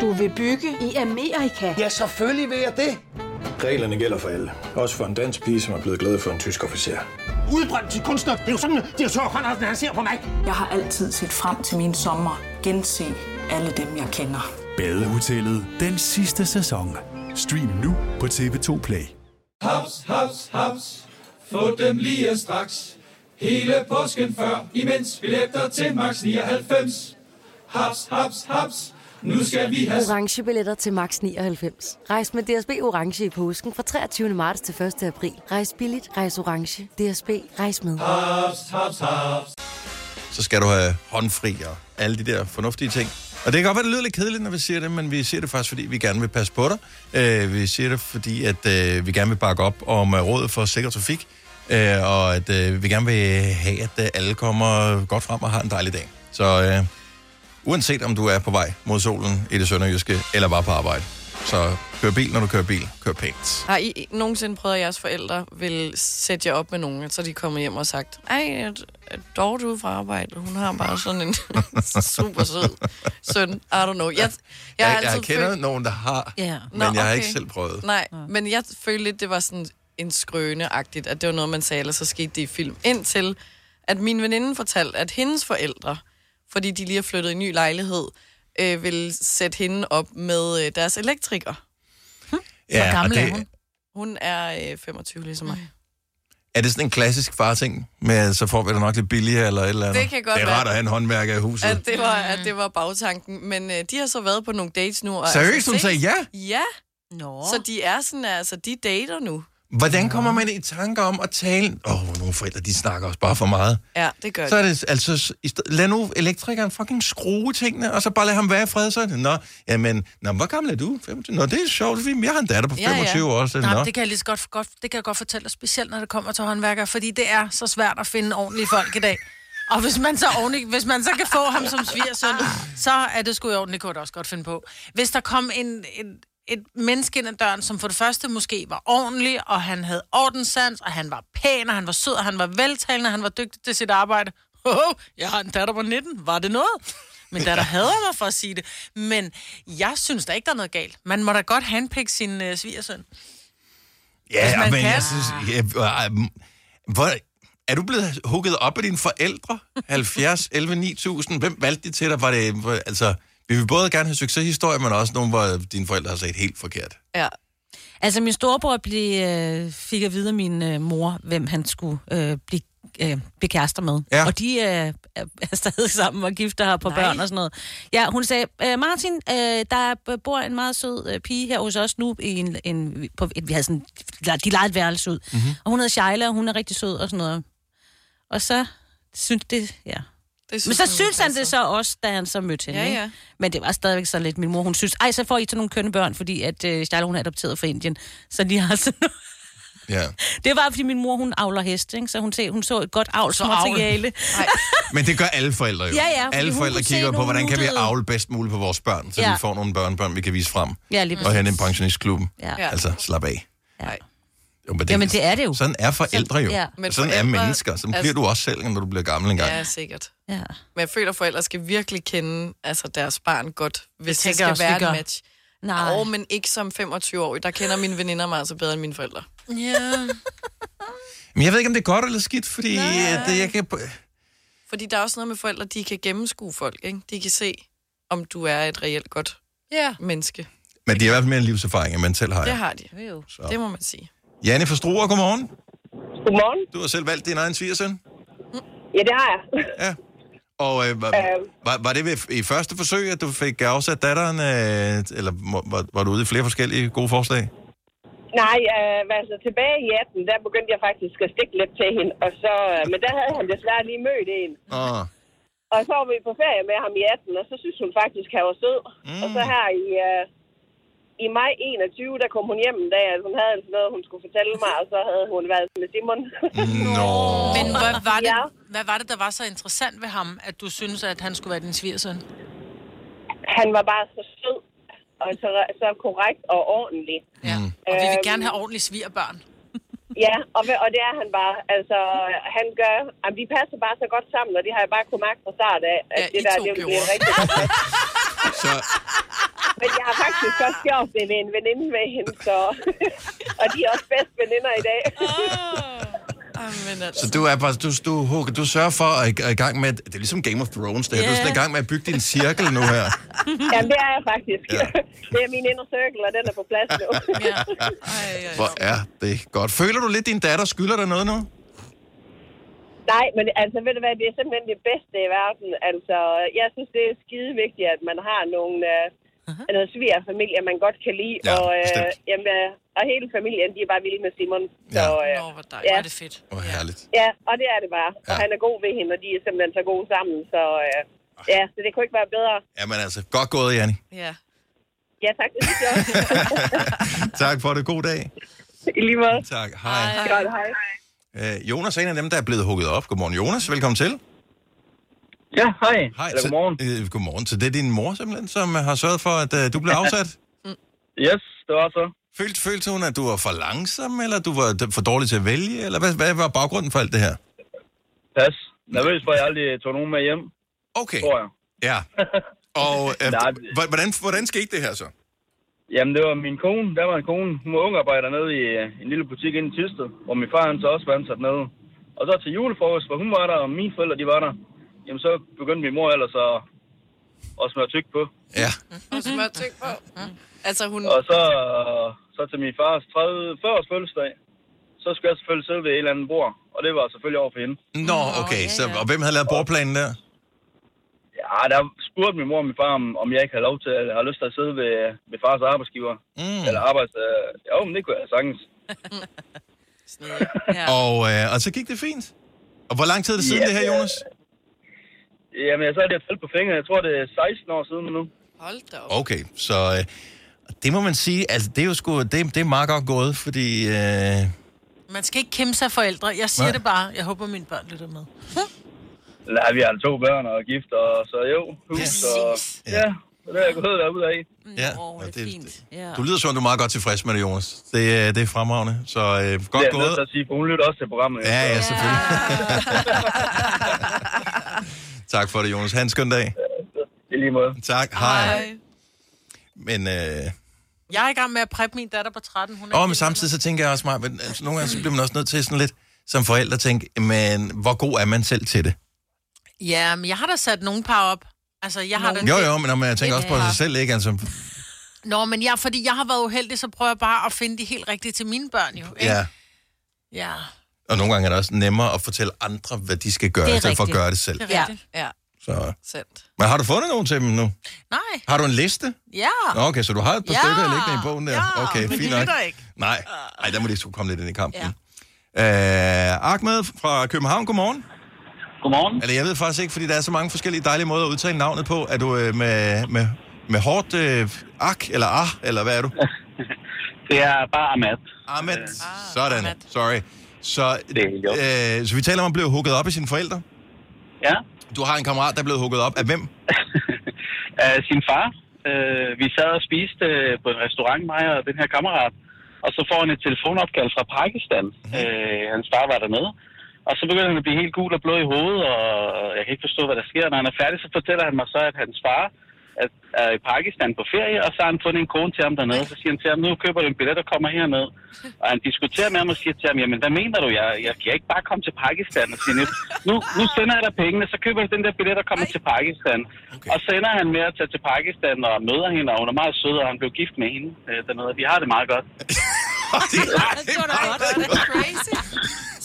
Speaker 12: Du vil bygge i Amerika? Ja, selvfølgelig vil jeg det.
Speaker 13: Reglerne gælder for alle. Også for en dansk pige, som er blevet glad for en tysk officer.
Speaker 14: Udbrændt til kunstner. Det er jo sådan, at de har tørt, han ser på mig. Jeg har altid set frem til min sommer. Gense alle dem, jeg kender.
Speaker 15: Badehotellet den sidste sæson. Stream nu på TV2 Play.
Speaker 16: Haps, haps, haps. Få dem lige straks. Hele påsken før, imens billetter til max 99. Haps, haps, haps. Nu skal vi have...
Speaker 17: orange billetter til max 99. Rejs med DSB orange i påsken fra 23. marts til 1. april. Rejs billigt, rejs orange. DSB rejs med.
Speaker 16: Haps, haps, haps.
Speaker 1: så skal du have håndfri og alle de der fornuftige ting. Og det kan godt være, det lyder lidt kedeligt, når vi siger det, men vi siger det faktisk, fordi vi gerne vil passe på dig. Øh, vi siger det, fordi at, øh, vi gerne vil bakke op om uh, Rådet for Sikker Trafik, øh, og at øh, vi gerne vil have, at øh, alle kommer godt frem og har en dejlig dag. Så øh, uanset om du er på vej mod solen i det sønderjyske, eller bare på arbejde, så kør bil, når du kører bil. Kør pænt.
Speaker 5: Har I nogensinde prøvet, at jeres forældre vil sætte jer op med nogen, og så er de kommet hjem og sagt, ej, Dorte ude fra arbejde, hun har bare sådan en super sød søn. I don't know. Jeg, jeg, har
Speaker 1: Jeg, jeg
Speaker 5: altid
Speaker 1: kender
Speaker 5: følt-
Speaker 1: nogen, der har,
Speaker 5: Ja.
Speaker 1: men jeg har ikke selv prøvet.
Speaker 5: Nej, men jeg følte lidt, det var sådan en skrøneagtigt, at det var noget, man sagde, eller så skete det i film. Indtil, at min veninde fortalte, at hendes forældre, fordi de lige har flyttet i en ny lejlighed, øh, ville sætte hende op med øh, deres elektriker.
Speaker 1: Ja, og det,
Speaker 5: Hun er øh, 25, ligesom mig.
Speaker 1: Er det sådan en klassisk farting, med så får vi det nok lidt billigere eller et eller andet?
Speaker 5: Det kan godt
Speaker 1: Det er rart
Speaker 5: være.
Speaker 1: at have en håndværker i huset.
Speaker 5: At det, var, at det var bagtanken. Men øh, de har så været på nogle dates nu. Og
Speaker 1: Seriøst,
Speaker 5: altså
Speaker 1: hun sagde
Speaker 5: ses.
Speaker 1: ja?
Speaker 5: Ja. Nå. Så de er sådan, altså, de dater nu.
Speaker 1: Hvordan kommer man i tanker om at tale? Åh, oh, nogle forældre, de snakker også bare for meget.
Speaker 5: Ja, det gør
Speaker 1: Så er
Speaker 5: de.
Speaker 1: det altså, s- i sted- lad nu elektrikeren fucking skrue tingene, og så bare lad ham være i fred. Så er det, nå, jamen, nå, hvor gammel er du? 25? Nå, det er sjovt, fordi jeg har en datter på 25 år. Så, er det,
Speaker 2: Nej,
Speaker 1: nå.
Speaker 2: men det kan jeg lige så godt, godt, det kan jeg godt fortælle dig, specielt når det kommer til håndværkere, fordi det er så svært at finde ordentlige folk i dag. Og hvis man så, ordentligt, hvis man så kan få ham som svigersøn, så er det sgu i orden, det kunne jeg da også godt finde på. Hvis der kom en, en, et menneske ind ad døren, som for det første måske var ordentlig, og han havde ordenssans, og han var pæn, og han var sød, og han var veltalende, og han var dygtig til sit arbejde. Hoho, jeg har en datter på 19. Var det noget? Min datter hader mig for at sige det. Men jeg synes der ikke, der er noget galt. Man må da godt handpikke sin øh, svigersøn. hvis
Speaker 1: Ja,
Speaker 2: man
Speaker 1: men
Speaker 2: kan.
Speaker 1: jeg synes... Ja, øh, mm, hvor, er du blevet hugget op af dine forældre? 70, 11, 9000? Hvem valgte de til dig? Var det, hvor- altså, vi vil både gerne have succeshistorier, men også nogle, hvor dine forældre har set helt forkert.
Speaker 5: Ja.
Speaker 3: Altså, min storebror blev, øh, fik at vide af min øh, mor, hvem han skulle øh, blive, øh, blive kærester med.
Speaker 1: Ja.
Speaker 3: Og de øh, er er stadig sammen og gifter her på
Speaker 2: Nej.
Speaker 3: Nej. børn og sådan noget. Ja, hun sagde, øh, Martin, øh, der b- bor en meget sød øh, pige her hos os nu. I en, en, på, et- vi havde sådan, de lejede et værelse ud. Mm-hmm. Og hun hedder Sheila, og hun er rigtig sød og sådan noget. Og så synes det, ja.
Speaker 5: Det
Speaker 3: Men
Speaker 5: synes
Speaker 3: så
Speaker 5: han, hun altså.
Speaker 3: synes han det så også, da han så mødte hende.
Speaker 5: Ja,
Speaker 3: ikke?
Speaker 5: ja.
Speaker 3: Men det var stadigvæk sådan lidt, min mor, hun synes, ej, så får I sådan nogle kønne børn, fordi at øh, Stjæle, hun er adopteret fra Indien. Så de har sådan
Speaker 1: Ja.
Speaker 3: Det var, fordi min mor, hun avler heste, ikke? så hun, se, hun så et godt avlsmateriale.
Speaker 1: Men det gør alle forældre jo.
Speaker 3: Ja, ja, fordi
Speaker 1: alle
Speaker 3: hun
Speaker 1: forældre
Speaker 3: kunne se
Speaker 1: kigger på,
Speaker 3: nogle
Speaker 1: hvordan kan vi
Speaker 3: nuttede-
Speaker 1: avle bedst muligt på vores børn, så ja.
Speaker 3: Ja.
Speaker 1: vi får nogle børnebørn, vi kan vise frem.
Speaker 3: Ja, lige
Speaker 1: og
Speaker 3: præcis.
Speaker 1: hen i pensionistklubben.
Speaker 3: Ja.
Speaker 1: Altså, slap af.
Speaker 3: Ja.
Speaker 1: Jo, men det,
Speaker 3: Jamen, det er det jo.
Speaker 1: Sådan er forældre jo.
Speaker 5: Sådan- ja.
Speaker 1: Ja.
Speaker 5: Men
Speaker 1: Sådan er
Speaker 5: forældre-
Speaker 1: mennesker. Sådan bliver
Speaker 5: altså-
Speaker 1: du også selv, når du bliver gammel engang.
Speaker 5: Ja, sikkert.
Speaker 3: Ja.
Speaker 5: Men jeg føler, at forældre skal virkelig kende altså, deres barn godt, hvis det
Speaker 2: tænker
Speaker 5: skal
Speaker 2: jeg også, vi
Speaker 5: være
Speaker 2: gør.
Speaker 5: et match.
Speaker 3: Nej.
Speaker 5: Og, men ikke som 25-årig. Der kender mine veninder mig altså bedre end mine forældre.
Speaker 2: Ja.
Speaker 1: Men jeg ved ikke, om det er godt eller skidt, fordi øh, det, jeg kan...
Speaker 5: Fordi der er også noget med forældre, de kan gennemskue folk, ikke? De kan se, om du er et reelt godt
Speaker 2: ja.
Speaker 5: menneske.
Speaker 1: Men de har i hvert fald mere livserfaring, end man selv har.
Speaker 5: Det
Speaker 1: jo.
Speaker 5: har de.
Speaker 1: Så.
Speaker 5: Det må man sige.
Speaker 1: Janne fra Struer, godmorgen.
Speaker 18: Godmorgen.
Speaker 1: Du har selv valgt din egen svigersøn.
Speaker 18: Ja, det har jeg.
Speaker 1: Og øh, var,
Speaker 18: Øhm,
Speaker 1: var, var det ved, i første forsøg, at du fik afsat datteren, øh, eller må- var, var du ude i flere forskellige gode forslag?
Speaker 18: Nej, øh, altså tilbage i 18, der begyndte jeg faktisk at stikke lidt til hende, og så, øh, men der havde han desværre lige mødt en.
Speaker 1: Ah.
Speaker 18: Og så var vi på ferie med ham i 18, og så synes hun faktisk, han var sød. Mm. Og så her i, øh, i maj 21, der kom hun hjem en dag, altså hun havde altså noget, hun skulle fortælle mig, og så havde hun været med Simon.
Speaker 2: Men hvad var, det, hvad var det, der var så interessant ved ham, at du synes, at han skulle være din svigersøn?
Speaker 18: han var bare så sød, og så, så korrekt og ordentlig. Øhm,
Speaker 2: Ja.
Speaker 1: Mm.
Speaker 2: Og vi vil gerne have ordentlige svigerbørn.
Speaker 18: Ja, og, ve- og det er han bare. Altså, han gør... Jamen, vi passer bare så godt sammen, og det har jeg bare kunne mærke fra start af, at
Speaker 5: Ja,
Speaker 18: det
Speaker 5: I
Speaker 18: der,
Speaker 5: to
Speaker 18: det vil blive
Speaker 5: gjorde.
Speaker 18: rigtig godt.
Speaker 1: Så,
Speaker 18: Men jeg har faktisk også gjort det med en veninde med hende, så... og de er også bedst veninder i dag.
Speaker 5: Jamen, altså.
Speaker 1: Så du er bare, du, du, du, du sørger for at at i gang med, det er ligesom Game of Thrones, det her. Yeah. Du er sådan i gang med at bygge din cirkel nu her.
Speaker 18: Jamen, det er jeg faktisk. Ja. det er min inner circle, og den er på plads nu. ja.
Speaker 1: Hvor er det godt. Føler du lidt, din datter skylder dig noget nu?
Speaker 18: Nej, men altså, ved du hvad, det er simpelthen det bedste i verden. Altså, jeg synes, det er skide vigtigt, at man har nogle, øh, uh-huh. noget svigerfamilie, man godt kan lide.
Speaker 1: Ja,
Speaker 18: og, øh,
Speaker 1: bestemt.
Speaker 18: jamen, øh, og hele familien, de er bare vilde med Simon.
Speaker 1: Ja.
Speaker 18: Så, øh,
Speaker 2: Nå, hvor dejligt. Ja. Var det fedt.
Speaker 1: Hvor herligt.
Speaker 18: Ja, og det er det bare. Ja. Og han er god ved hende, og de er simpelthen så gode sammen. Så øh, ja, så det kunne ikke være bedre.
Speaker 1: Jamen altså, godt gået, Janni.
Speaker 18: Ja. Ja, tak. Det synes jeg også.
Speaker 1: Tak for det. God dag.
Speaker 18: I lige måde.
Speaker 1: Tak. Hej.
Speaker 18: Godt, hej.
Speaker 1: Øh, Jonas er en af dem, der er blevet hugget op. Godmorgen, Jonas. Velkommen til.
Speaker 19: Ja, hej.
Speaker 1: Hej. Eller godmorgen. Så, øh, godmorgen. Så det er din mor simpelthen, som øh, har sørget for, at øh, du blev afsat?
Speaker 19: yes, det var så.
Speaker 1: Følte, følte hun, at du var for langsom, eller du var d- for dårlig til at vælge? Eller hvad, hvad var baggrunden for alt det her?
Speaker 19: Pas. Nervøs for, at jeg aldrig øh, tog nogen med hjem.
Speaker 1: Okay.
Speaker 19: Tror jeg.
Speaker 1: Ja. Og øh, h- hvordan, hvordan skete det her så?
Speaker 19: Jamen, det var min kone. Der var en kone. Hun var ungarbejder nede i øh, en lille butik inde i Tisted, hvor min far han så også var ansat nede. Og så til julefrokost, hvor hun var der, og mine forældre de var der, jamen så begyndte min mor ellers at, at smøre tyk på.
Speaker 5: Og smør tyk på. Mm. Altså, hun...
Speaker 19: Og så, øh, så til min fars 30, 40-års fødselsdag, så skulle jeg selvfølgelig sidde ved et eller andet bord. Og det var selvfølgelig over for hende.
Speaker 1: Nå, okay. Så, og hvem havde lavet bordplanen der?
Speaker 19: Ja, der spurgte min mor og min far, om, om jeg ikke havde lov til, eller har lyst til at sidde ved, ved fars arbejdsgiver.
Speaker 1: Mm.
Speaker 19: Eller arbejds... Øh, jo, men det kunne jeg sagtens.
Speaker 1: Ja. Og, øh, og så gik det fint? Og hvor lang tid er det siden
Speaker 19: Ja, øh,
Speaker 1: det her,
Speaker 19: det er-
Speaker 1: Jonas?
Speaker 19: Jamen, jeg sad lige og talte på fingre. Jeg tror, det er 16 år siden nu.
Speaker 5: Hold da op.
Speaker 1: Okay, så øh, det må man sige, altså det er jo sgu, det, det er meget godt gået, fordi... Øh,
Speaker 2: Man skal ikke kæmpe sig forældre. Jeg siger
Speaker 1: Nej.
Speaker 2: Nej. det bare. Jeg håber, mine børn lytter med.
Speaker 19: Nej, vi har to børn og er gift, og så jo, hus, og... Ja, så det er jeg gået derud af.
Speaker 1: ja,
Speaker 19: det, det, det,
Speaker 3: Ja.
Speaker 1: du lyder som, om, du er meget godt tilfreds med det, Jonas. Det, øh, det er fremragende, så øh, godt
Speaker 19: det er jeg nødt
Speaker 1: gået.
Speaker 19: til at sige, for hun lytter også til programmet.
Speaker 1: Ja, ja, selvfølgelig. tak for det, Jonas. Ha' en skøn dag.
Speaker 19: I lige måde.
Speaker 1: Tak, hej. hej. Men, øh,
Speaker 2: Jeg er i gang med at preppe min datter på 13. Hun er
Speaker 1: og, men samtidig så tænker jeg også mig, men altså, nogle gange så bliver man også nødt til sådan lidt som forældre at tænke, men hvor god er man selv til det?
Speaker 2: Ja, men jeg har da sat nogle par op. Altså, jeg har den
Speaker 1: Jo, jo, men når man tænker også på sig selv, ikke? Altså,
Speaker 2: Nå, men jeg, fordi jeg har været uheldig, så prøver jeg bare at finde de helt rigtige til mine børn jo. Ikke?
Speaker 1: ja.
Speaker 2: ja.
Speaker 1: Og nogle gange er det også nemmere at fortælle andre, hvad de skal gøre, i stedet for at gøre det selv.
Speaker 2: Det er rigtigt. Ja. ja.
Speaker 1: Så.
Speaker 5: Sandt.
Speaker 1: Men har du fundet nogen til dem nu?
Speaker 2: Nej.
Speaker 1: Har du en liste?
Speaker 2: Ja.
Speaker 1: Nå, okay, så du har et par
Speaker 2: Ah. Ja.
Speaker 1: stykker liggende i bogen der.
Speaker 2: Ja,
Speaker 1: okay,
Speaker 2: men de
Speaker 1: fint nok.
Speaker 2: lytter ikke. Ah.
Speaker 1: Nej, Ej, der må de skulle komme lidt ind i kampen. Ja. Øh, Ahmed fra København, godmorgen.
Speaker 19: Godmorgen.
Speaker 1: Eller jeg ved faktisk ikke, fordi der er så mange forskellige dejlige måder at udtale navnet på. Er du øh, med, med, med hårdt øh, ak, eller ah, eller hvad er du?
Speaker 19: Det er bare Ahmad. Øh.
Speaker 1: Ahmed. Sådan, sorry. Så, øh, så vi taler om at blive hugget op af sine forældre?
Speaker 19: Ja.
Speaker 1: Du har en kammerat, der er blevet hugget op af hvem?
Speaker 19: af sin far. Øh, vi sad og spiste øh, på en restaurant, mig og den her kammerat. Og så får han et telefonopkald fra Pakistan. Øh, hans far var dernede. Og så begynder han at blive helt gul og blå i hovedet, og jeg kan ikke forstå, hvad der sker. Når han er færdig, så fortæller han mig så, at hans far er- er i Pakistan på ferie, og så har han fundet en kone til ham dernede. Så siger han til ham, nu køber du en billet og kommer herned. Og han diskuterer med ham og siger til ham, jamen hvad mener du? Jeg, jeg kan ikke bare komme til Pakistan. Og siger, han, nu, nu sender jeg dig pengene, så køber du den der billet og kommer til Pakistan. Okay. Og så ender han med at tage til Pakistan og møder hende, og hun er meget sød, og han blev gift med hende øh, dernede. Vi har det meget godt.
Speaker 5: Det var da godt. Det er crazy.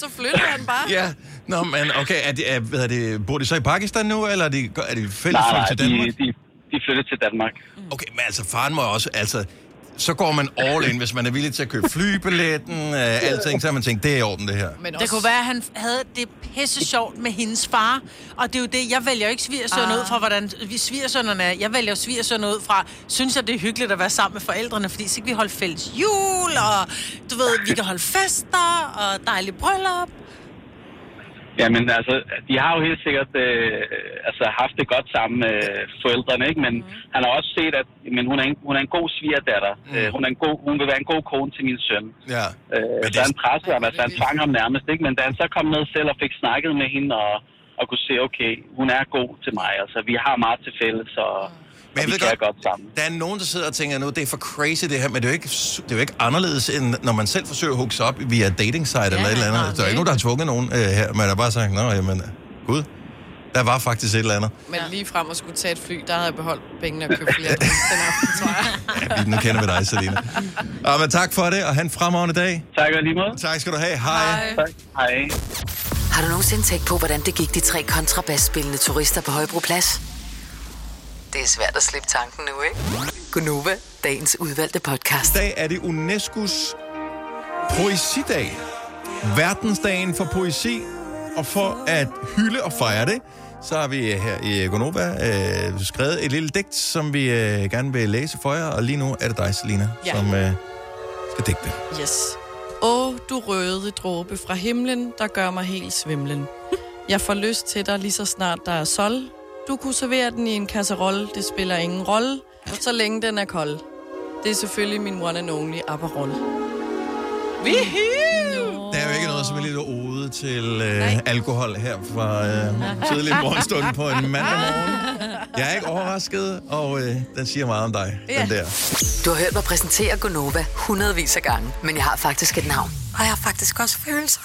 Speaker 5: Så flytter han bare.
Speaker 1: Ja, Nå, men okay, er de, er, hvad er det, bor de så i Pakistan nu, eller er de, er de fælles
Speaker 19: Nej, nej,
Speaker 1: flyttet til
Speaker 19: de-
Speaker 1: Danmark?
Speaker 19: de, de flyttede til Danmark.
Speaker 1: Okay, men altså, faren må også, altså, så går man all in, hvis man er villig til at købe flybilletten, øh, alting, så har man tænkt, det er i orden, det her.
Speaker 2: Men det kunne være, at han havde det pisse sjovt med hendes far. Og det er jo det, jeg vælger jo ikke svigersøn ah. ud fra, hvordan vi svigersønnerne er. Jeg vælger jo svigersøn ud fra, synes jeg, det er hyggeligt at være sammen med forældrene, fordi så kan vi holde fælles jul, og du ved, vi kan holde fester, og dejlige bryllup.
Speaker 19: Jamen altså, de har jo helt sikkert øh, altså, haft det godt sammen med øh, forældrene, ikke? Men mm. han har også set, at men hun, er en, hun er en god svigerdatter. Mm. Øh, hun, er en god, hun vil være en god kone til min søn.
Speaker 1: Ja.
Speaker 19: Øh, så han pressede ham, altså han tvang ham nærmest, ikke? Men da han så kom ned selv og fik snakket med hende og, og kunne se, okay, hun er god til mig, altså vi har meget til fælles, og
Speaker 1: Men jeg ved godt, godt sammen. der er nogen, der sidder og tænker nu, det er for crazy det her, men det er jo ikke, su- det er jo ikke anderledes, end når man selv forsøger at hooke sig op via dating site ja, eller et eller andet. der er jo ikke nogen, der har tvunget nogen øh, her, man har bare sagt, nå, jamen, gud, der var faktisk et eller andet.
Speaker 5: Men lige frem og skulle tage et fly, der havde jeg beholdt pengene og købt flere drinks den aften, tror jeg.
Speaker 1: Ja, nu kender vi dig, Selina. Og, men tak for det, og han fremragende dag.
Speaker 19: Tak og lige måde.
Speaker 1: Tak skal du have. Hej.
Speaker 19: Hej. Hej.
Speaker 6: Har du nogensinde tænkt på, hvordan det gik de tre kontrabasspillende turister på Højbroplads? Det er svært at slippe tanken nu, ikke? Gunova, dagens udvalgte podcast.
Speaker 1: I dag er det UNESCO's Poesidag. Verdensdagen for poesi. Og for at hylde og fejre det, så har vi her i Gonova øh, skrevet et lille digt, som vi øh, gerne vil læse for jer. Og lige nu er det dig, Selina,
Speaker 5: Ja.
Speaker 1: ja. som øh, skal digte.
Speaker 5: Yes. Åh, du røde dråbe fra himlen, der gør mig helt svimlen. Jeg får lyst til dig lige så snart der er sol. Du kunne servere den i en kasserol, det spiller ingen rolle, så længe den er kold. Det er selvfølgelig min one and only Aperol. Woohoo!
Speaker 1: Der er jo ikke noget som en lille ode til øh, alkohol her fra øh, tidlig morgenstund på en mandag morgen. Jeg er ikke overrasket, og øh, den siger meget om dig,
Speaker 6: Ja.
Speaker 1: den der.
Speaker 6: Du har hørt mig præsentere Gunova hundredvis af gange, men jeg har faktisk et navn.
Speaker 13: Og jeg har faktisk også følelser.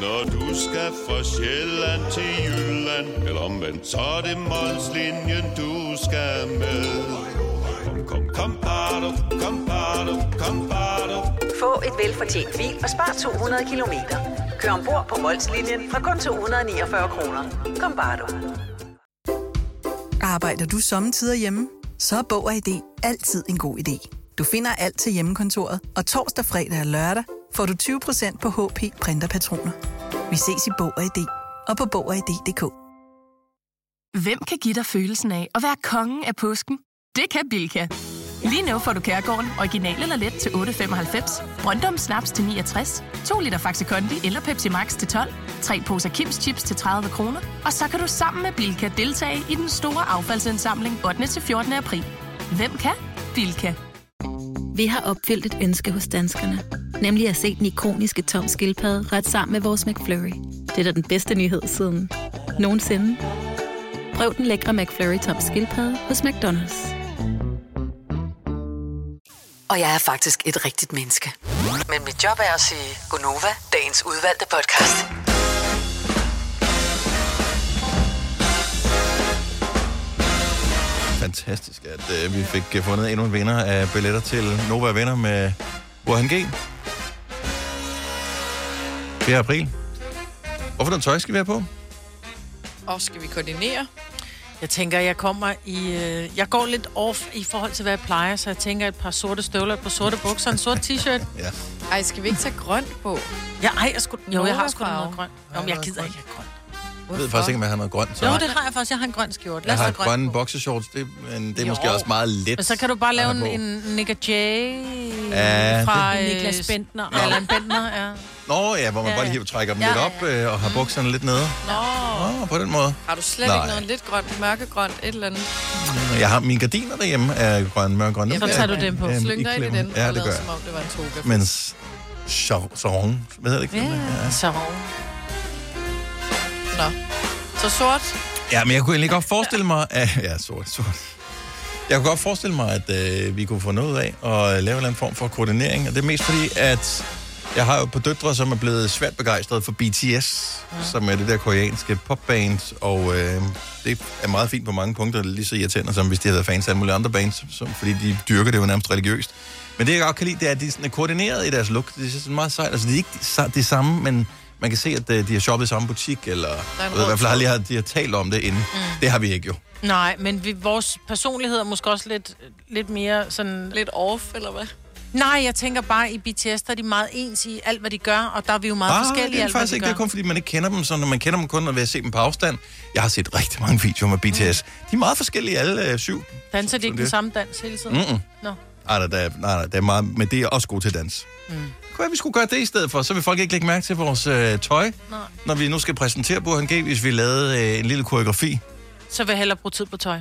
Speaker 13: Når du skal fra Sjælland til Jylland, eller omvendt, så er det Molslinjen, du skal med. Kom, kom, kom, bado, kom, bado, kom, bado.
Speaker 20: Få et velfortjent bil og spar 200 kilometer. Kør ombord på Molslinjen fra kun 249 kroner. Kom bare du.
Speaker 21: Arbejder du sommetider hjemme? Så er Bog og ID altid en god idé. Du finder alt til hjemmekontoret, og torsdag, fredag og lørdag får du 20% på HP printerpatroner. Vi ses i Bog og ID og på Bog og ID.dk.
Speaker 8: Hvem kan give dig følelsen af at være kongen af påsken? Det kan Bilka! Lige nu får du Kærgården original eller let til 8.95, Brøndum Snaps til 69, 2 liter Faxi Kondi eller Pepsi Max til 12, 3 poser Kims Chips til 30 kroner, og så kan du sammen med Bilka deltage i den store affaldsindsamling 8. til 14. april. Hvem kan? Bilka.
Speaker 22: Vi har opfyldt et ønske hos danskerne. Nemlig at se den ikoniske tom skildpadde ret sammen med vores McFlurry. Det er da den bedste nyhed siden nogensinde. Prøv den lækre McFlurry tom skildpadde hos McDonald's.
Speaker 6: Og jeg er faktisk et rigtigt menneske. Men mit job er at sige Gunova, dagens udvalgte podcast.
Speaker 1: Fantastisk, at øh, vi fik øh, fundet endnu en vinder af billetter til Nova Venner med Burhan G. 4. april. Hvorfor den tøj skal vi have på?
Speaker 2: Og skal vi koordinere? Jeg tænker, jeg kommer i... Øh, jeg går lidt off i forhold til, hvad jeg plejer, så jeg tænker et par sorte støvler, et par sorte bukser, en sort t-shirt.
Speaker 1: Ja.
Speaker 2: Ej, skal vi ikke tage grønt på? Ja, ej, jeg skulle... Jo, jeg har sgu da noget grønt. Jo, men jeg gider ikke have grønt.
Speaker 1: Jeg ved faktisk ikke, om jeg har noget grønt. Så
Speaker 2: Jo, det har jeg faktisk. Jeg har en grøn skjorte. Lad
Speaker 1: jeg
Speaker 2: os
Speaker 1: har
Speaker 2: tage grønt.
Speaker 1: grønne boxershorts, det, men det er
Speaker 2: Jo.
Speaker 1: måske også meget let.
Speaker 2: Men så kan du bare
Speaker 1: at
Speaker 2: lave
Speaker 1: have
Speaker 2: en,
Speaker 1: på.
Speaker 2: en Nick J.
Speaker 1: Ja,
Speaker 2: fra
Speaker 1: det-
Speaker 2: øh,
Speaker 3: Niklas Bentner.
Speaker 2: Eller en Bentner, ja.
Speaker 1: Nå ja, hvor man
Speaker 2: Ja,
Speaker 1: ja,
Speaker 2: ja.
Speaker 1: bare lige trækker dem
Speaker 2: Ja,
Speaker 1: ja, lidt
Speaker 2: ja, Mm.
Speaker 1: op øh, og har bukserne lidt nede.
Speaker 5: Nå,
Speaker 1: Nå, på den måde.
Speaker 5: har du slet
Speaker 1: Nej.
Speaker 5: ikke noget lidt grønt, mørkegrønt, et eller andet?
Speaker 1: Øh, Jeg har mine gardiner derhjemme af grønne, mørke
Speaker 5: Så
Speaker 1: grønne. Dem
Speaker 5: tager
Speaker 1: kan jeg,
Speaker 5: du dem på.
Speaker 1: øhm,
Speaker 5: Slyng dig ind i
Speaker 1: klemme.
Speaker 5: den
Speaker 1: Ja,
Speaker 5: og
Speaker 1: det
Speaker 5: lad,
Speaker 1: gør
Speaker 5: som
Speaker 1: jeg.
Speaker 5: om det var en toga.
Speaker 1: Men s- sar- sarong, hvad hedder det? ikke?
Speaker 5: Ja,
Speaker 2: så
Speaker 5: Nå. Så sort.
Speaker 1: Ja, men jeg kunne egentlig godt forestille mig, at... Ja, sort, sort. Jeg kunne godt forestille mig, at øh, vi kunne få noget ud af at øh, lave en eller anden form for koordinering. Og det er mest fordi, at jeg har jo på døtre, som er blevet svært begejstret for BTS, ja. som er det der koreanske popband, og øh, det er meget fint på mange punkter, lige så irriterende som hvis de havde været fans af alle mulige andre bands, som, fordi de dyrker det jo nærmest religiøst. Men det, jeg godt kan lide, det er, at de sådan er koordineret i deres look. Det er sådan meget sejt. Altså, det er ikke sa- det samme, men man kan se, at øh, de har shoppet i samme butik, eller
Speaker 2: en
Speaker 1: du ved, i
Speaker 2: rød
Speaker 1: hvert fald har,
Speaker 2: tråd.
Speaker 1: lige har, de har talt om det inden. Mm. Det har vi ikke jo.
Speaker 2: Nej, men vi, vores personlighed er måske også lidt, lidt mere sådan... Lidt off, eller hvad? Nej, jeg tænker bare, i BTS, der er de meget ens i alt, hvad de gør, og der er vi jo meget ah, forskellige
Speaker 1: det
Speaker 2: i
Speaker 1: er
Speaker 2: alt, hvad
Speaker 1: faktisk
Speaker 2: de
Speaker 1: ikke.
Speaker 2: gør.
Speaker 1: Det er kun fordi, man ikke kender dem, så når man kender dem kun, når vi har set dem på afstand. Jeg har set rigtig mange videoer med BTS. De er meget forskellige, alle øh, syv.
Speaker 2: Danser de
Speaker 1: Sådan
Speaker 2: ikke den
Speaker 1: det.
Speaker 2: samme dans hele tiden?
Speaker 1: Mm-mm.
Speaker 2: Nå.
Speaker 1: Ej, der, der, nej, nej, der er meget, men det er også gode til dans.
Speaker 2: Mm.
Speaker 1: Kunne jeg, vi skulle gøre det i stedet for, så vil folk ikke lægge mærke til vores øh, tøj,
Speaker 2: Nej.
Speaker 1: når vi nu skal præsentere Burhan G, hvis vi lavede øh, en lille koreografi.
Speaker 2: Så vil jeg hellere bruge tid på tøj.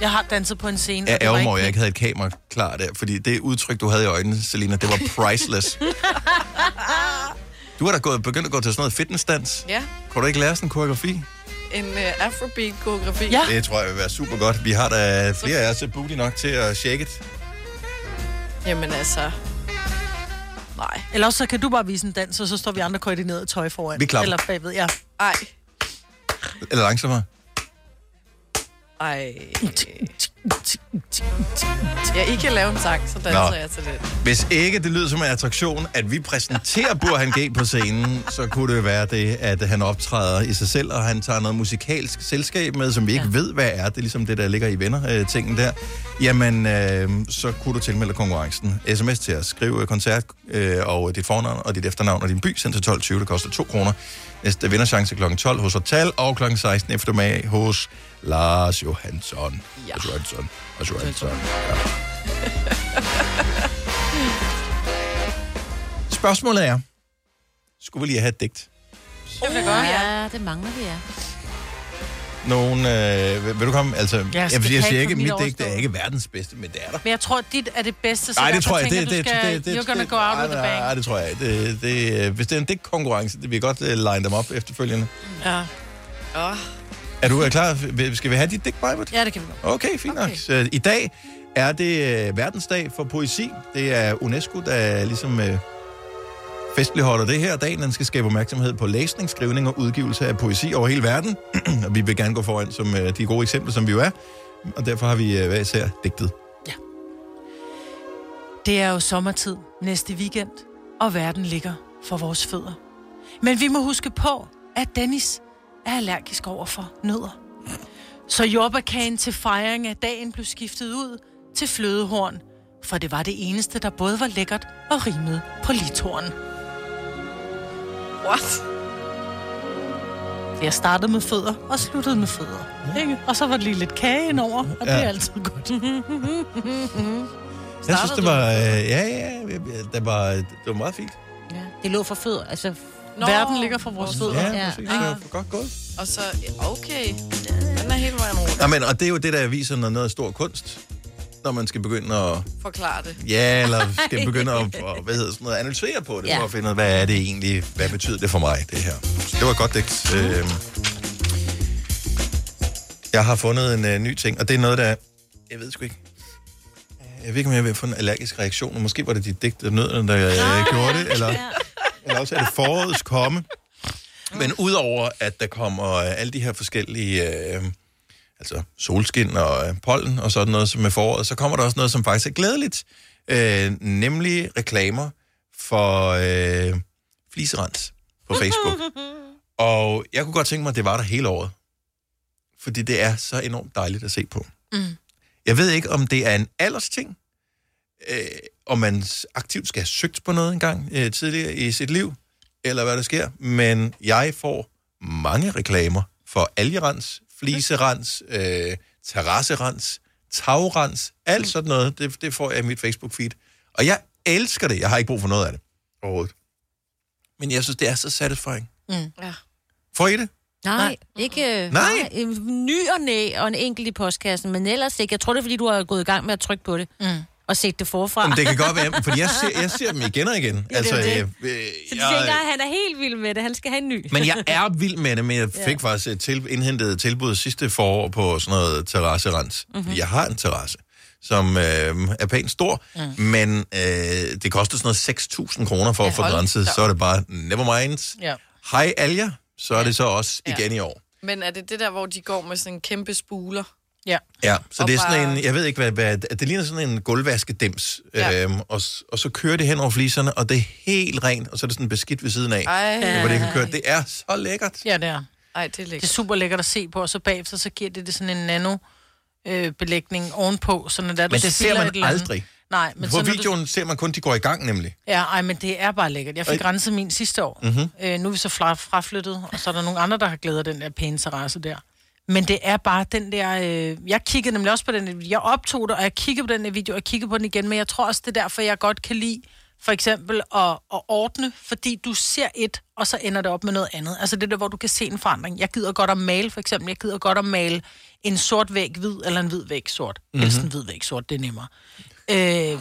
Speaker 2: Jeg har danset på en scene.
Speaker 1: Jeg
Speaker 2: og det var
Speaker 1: ærger mig, at jeg
Speaker 2: ikke-
Speaker 1: ikke havde et kamera klar der, fordi det udtryk, du havde i øjnene, Selina, det var priceless. du har da gået, begyndt at gå til sådan noget fitnessdans.
Speaker 5: Ja.
Speaker 1: Kunne du ikke lære sådan en koreografi?
Speaker 5: en uh, afrobeat-koreografi.
Speaker 1: Ja. Det tror jeg vil være super godt. Vi har da flere af os øh, booty nok til at shake it.
Speaker 5: Jamen altså... Nej.
Speaker 2: Eller også så kan du bare vise en dans, og så står vi andre koordineret i tøj foran.
Speaker 1: Vi klapper.
Speaker 2: Eller bagved, ja.
Speaker 5: Ej.
Speaker 1: Eller langsommere.
Speaker 5: Ej. Ja, I kan lave en sang, så danser
Speaker 1: Nå.
Speaker 5: jeg til det.
Speaker 1: Hvis ikke det lyder som en attraktion, at vi præsenterer Burhan G på scenen, så kunne det være det, at han optræder i sig selv, og han tager noget musikalsk selskab med, som vi ikke ja. ved, hvad er. Det er ligesom det, der ligger i venner-tingen der. Jamen, øh, så kunne du tilmelde dig konkurrencen. SMS til at skrive øh, koncert, øh, og dit fornavn, og dit efternavn, og din by, sendt til 12.20. Det koster 2 kroner. Næste vinderchance kl. 12 hos Hotel, og kl. 16 eftermiddag hos Lars Johansson. Ja. Lars Johansson. Lars Johansson. Ja. Spørgsmålet er, skulle vi lige have et digt?
Speaker 3: Det vil godt, ja. det mangler vi, ja.
Speaker 1: Nogen, øh, vil, vil du komme? Altså,
Speaker 2: skal
Speaker 1: jeg, jeg,
Speaker 2: ikke
Speaker 1: jeg siger ikke,
Speaker 2: få
Speaker 1: at mit
Speaker 2: mit
Speaker 1: digt er ikke verdens bedste, men det er der.
Speaker 2: Men jeg tror, dit er det bedste, så
Speaker 1: Nej, det
Speaker 2: derfor
Speaker 1: tror jeg.
Speaker 2: tænker,
Speaker 1: Det,
Speaker 2: du
Speaker 1: det,
Speaker 2: skal,
Speaker 1: det, det,
Speaker 2: you're gonna
Speaker 1: det,
Speaker 2: go out
Speaker 1: nej,
Speaker 2: with a
Speaker 1: Nej,
Speaker 2: bang.
Speaker 1: det tror jeg. ikke. Det, det, øh, hvis det er en digtkonkurrence, det vil jeg godt uh, line dem op efterfølgende.
Speaker 2: Ja.
Speaker 5: Oh.
Speaker 1: Er du øh, klar? Vil- Skal vi have dit digt, Majbert?
Speaker 2: Ja, det kan vi godt.
Speaker 1: Okay, fint okay. nok. Så, I dag er det øh, verdensdag for poesi. Det er UNESCO, der ligesom øh, festligholder det her. Dagen den skal skabe opmærksomhed på læsning, skrivning og udgivelse af poesi over hele verden. og vi vil gerne gå foran som øh, de gode eksempler, som vi jo er. Og derfor har vi øh, hver især digtet.
Speaker 2: Det er jo sommertid næste weekend, og verden ligger for vores fødder. Men vi må huske på, at Dennis er allergisk over for nødder. Så jordbærkagen til fejring af dagen blev skiftet ud til flødehorn, for det var det eneste, der både var lækkert og rimede på litoren.
Speaker 5: What?
Speaker 2: Jeg startede med fødder og sluttede med fødder. Ikke? Og så var det lige lidt kage indover, og det
Speaker 1: Ja.
Speaker 2: er altid godt.
Speaker 1: Jeg synes, det var, øh, ja, ja, ja, det var, det var meget fint.
Speaker 3: Det lå for fødder, altså...
Speaker 5: Nå.
Speaker 2: Verden ligger for vores fødder.
Speaker 1: Ja, ja. præcis.
Speaker 5: Ja.
Speaker 1: Så godt gået.
Speaker 5: Og så, okay. Den er helt vejen rundt.
Speaker 1: Nå, men, og det er jo det, der viser, når noget er stor kunst. Når man skal begynde at
Speaker 5: Forklar det.
Speaker 1: Ja, eller skal begynde at, at hvad hedder sådan noget, analysere på det,
Speaker 5: Ja.
Speaker 1: ja. for at finde ud af, hvad er det egentlig, hvad betyder det for mig, det her. Det var et godt digt. Øh, jeg har fundet en øh, ny ting, og det er noget, der... Jeg ved sgu ikke. Jeg ved ikke, om jeg vil få en allergisk reaktion, og måske var det dit digt, der nød, der øh, gjorde det, eller, eller også er det forårets komme. Men udover, at der kommer øh, alle de her forskellige... Øh, altså solskin og øh, pollen og sådan noget som med foråret, så kommer der også noget, som faktisk er glædeligt. Øh, nemlig reklamer for øh, fliserens på Facebook. og jeg kunne godt tænke mig, at det var der hele året. Fordi det er så enormt dejligt at se på.
Speaker 23: Mm.
Speaker 1: Jeg ved ikke, om det er en aldersting, øh, om man s- aktivt skal have søgt på noget engang øh, tidligere i sit liv, eller hvad der sker, men jeg får mange reklamer for algerens, fliserens, øh, terrasserens, tagrens, alt sådan noget, det, det får jeg i mit Facebook-feed. Og jeg elsker det. Jeg har ikke brug for noget af det overhovedet. Men jeg synes, det er så satisfying.
Speaker 3: Mm.
Speaker 5: Ja.
Speaker 1: Får I det?
Speaker 3: Nej, nej, ikke...
Speaker 1: Nej.
Speaker 3: En ny og næ og en enkelt i postkassen, men ellers ikke. Jeg tror, det er, fordi du har gået i gang med at trykke på det. Mm. Og set det forfra.
Speaker 1: Jamen, det kan godt være, fordi jeg ser, jeg ser dem igen og igen.
Speaker 3: er jo det.
Speaker 1: øh, øh,
Speaker 3: Så de tænker,
Speaker 1: jeg,
Speaker 3: at han er helt vild med det. Han skal have en ny.
Speaker 1: men jeg er vild med det, men jeg fik
Speaker 3: Ja.
Speaker 1: faktisk et til, indhentet et tilbud sidste forår på sådan noget terrasserens.
Speaker 3: Mhm.
Speaker 1: Mm-hmm. Jeg har en terrasse, som øh, er pænt stor, mm. men øh, det koster sådan noget 6.000 kroner for at
Speaker 2: Ja,
Speaker 1: få den
Speaker 2: hold
Speaker 1: renset.
Speaker 2: da
Speaker 1: Så er det bare, never mind.
Speaker 5: Ja.
Speaker 1: Hej Alger, så er det så også igen i år.
Speaker 5: Men er det det der, hvor de går med sådan en kæmpe spuler?
Speaker 2: Ja.
Speaker 1: Ja, så
Speaker 5: Og
Speaker 1: det er sådan
Speaker 5: bare-
Speaker 1: en, jeg ved ikke hvad, hvad det ligner sådan en gulvvaskedems,
Speaker 5: Ja.
Speaker 1: ja. øhm, og, s- og så kører det hen over fliserne, og det er helt rent, og så er det sådan beskidt ved siden af,
Speaker 2: Ej.
Speaker 1: hvor det kan køre. Det er så lækkert.
Speaker 2: Ja, det er.
Speaker 5: Ej, det er lækkert.
Speaker 2: Det er super lækkert at se på, og så bagefter, så giver det, det sådan en nano øh, belægning ovenpå, sådan at der, du
Speaker 1: Men det ser
Speaker 2: spiller
Speaker 1: man
Speaker 2: et eller andet.
Speaker 1: aldrig.
Speaker 2: Nej, men
Speaker 1: På
Speaker 2: så, når
Speaker 1: videoen du... ser man kun, de går i gang nemlig.
Speaker 2: Du, ja, ej, men det er bare lækkert. Jeg fik
Speaker 1: Ej.
Speaker 2: renset min sidste år.
Speaker 1: Mhm.
Speaker 2: Øh, nu er vi så fra, fraflyttet, og så er der nogle andre, der har glædet af den der pæne terrasse der. Men det er bare den der... Øh, jeg kiggede nemlig også på den... der video. Jeg optog det, og jeg kiggede på den der video, og jeg kiggede på den igen. Men jeg tror også, det er derfor, jeg godt kan lide for eksempel at, at ordne, fordi du ser et, og så ender det op med noget andet. Altså det der, hvor du kan se en forandring. Jeg gider godt at male, for eksempel. Jeg gider godt at male en sort væg hvid, eller en hvid væg sort. Mm-hmm. Helst en hvid væg sort, det er nemmere. Øh,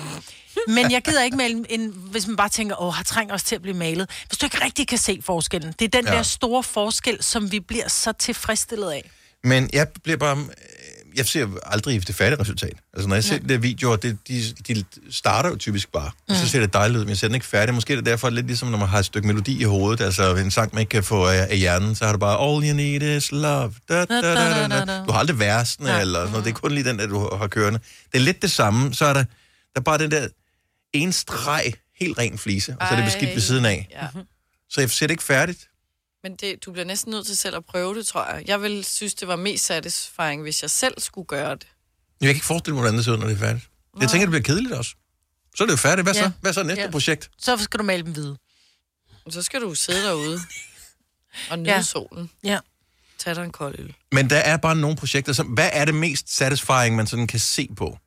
Speaker 2: Men jeg gider ikke male, en, hvis man bare tænker, åh, har trænger også til at blive malet. Hvis du ikke rigtig kan se forskellen. Det er den
Speaker 1: Ja.
Speaker 2: ja. der store forskel, som vi bliver så tilfredsstillet af.
Speaker 1: Men jeg bliver bare... øh, Jeg ser aldrig det færdige resultat. Altså, når jeg ser de der videoer, det, de, de starter jo typisk bare. Mm. Så ser det dejligt ud, men jeg ser den ikke færdig. Måske er det derfor lidt ligesom, når man har et stykke melodi i hovedet, altså en sang, man ikke kan få af, af hjernen, så har du bare All you need is love. Da, da, da, da, da. Du har aldrig versene, ja. eller sådan noget. Det er kun lige den, der du har kørende. Det er lidt det samme. Så er der, der er bare den der en streg, helt ren flise, og så er det beskidt ved siden af.
Speaker 5: Ja.
Speaker 1: Så jeg ser det ikke færdigt.
Speaker 5: Men det, du bliver næsten nødt til selv at prøve det, tror jeg. Jeg ville synes, det var mest satisfying, hvis jeg selv skulle gøre det.
Speaker 1: Jeg kan ikke forestille mig, hvordan det ser ud, når det er færdigt. Jeg tænker, det bliver kedeligt også. Så er det jo færdigt. Hvad så?
Speaker 5: Ja.
Speaker 1: Hvad så er næste
Speaker 5: Ja.
Speaker 1: projekt?
Speaker 2: Så skal du male dem hvide.
Speaker 5: Så skal du sidde derude og nyde
Speaker 2: Ja.
Speaker 5: ja. solen.
Speaker 2: Ja.
Speaker 5: Tag dig en kold øl.
Speaker 1: Men der er bare nogle projekter, som... Hvad er det mest satisfying, man sådan kan se på?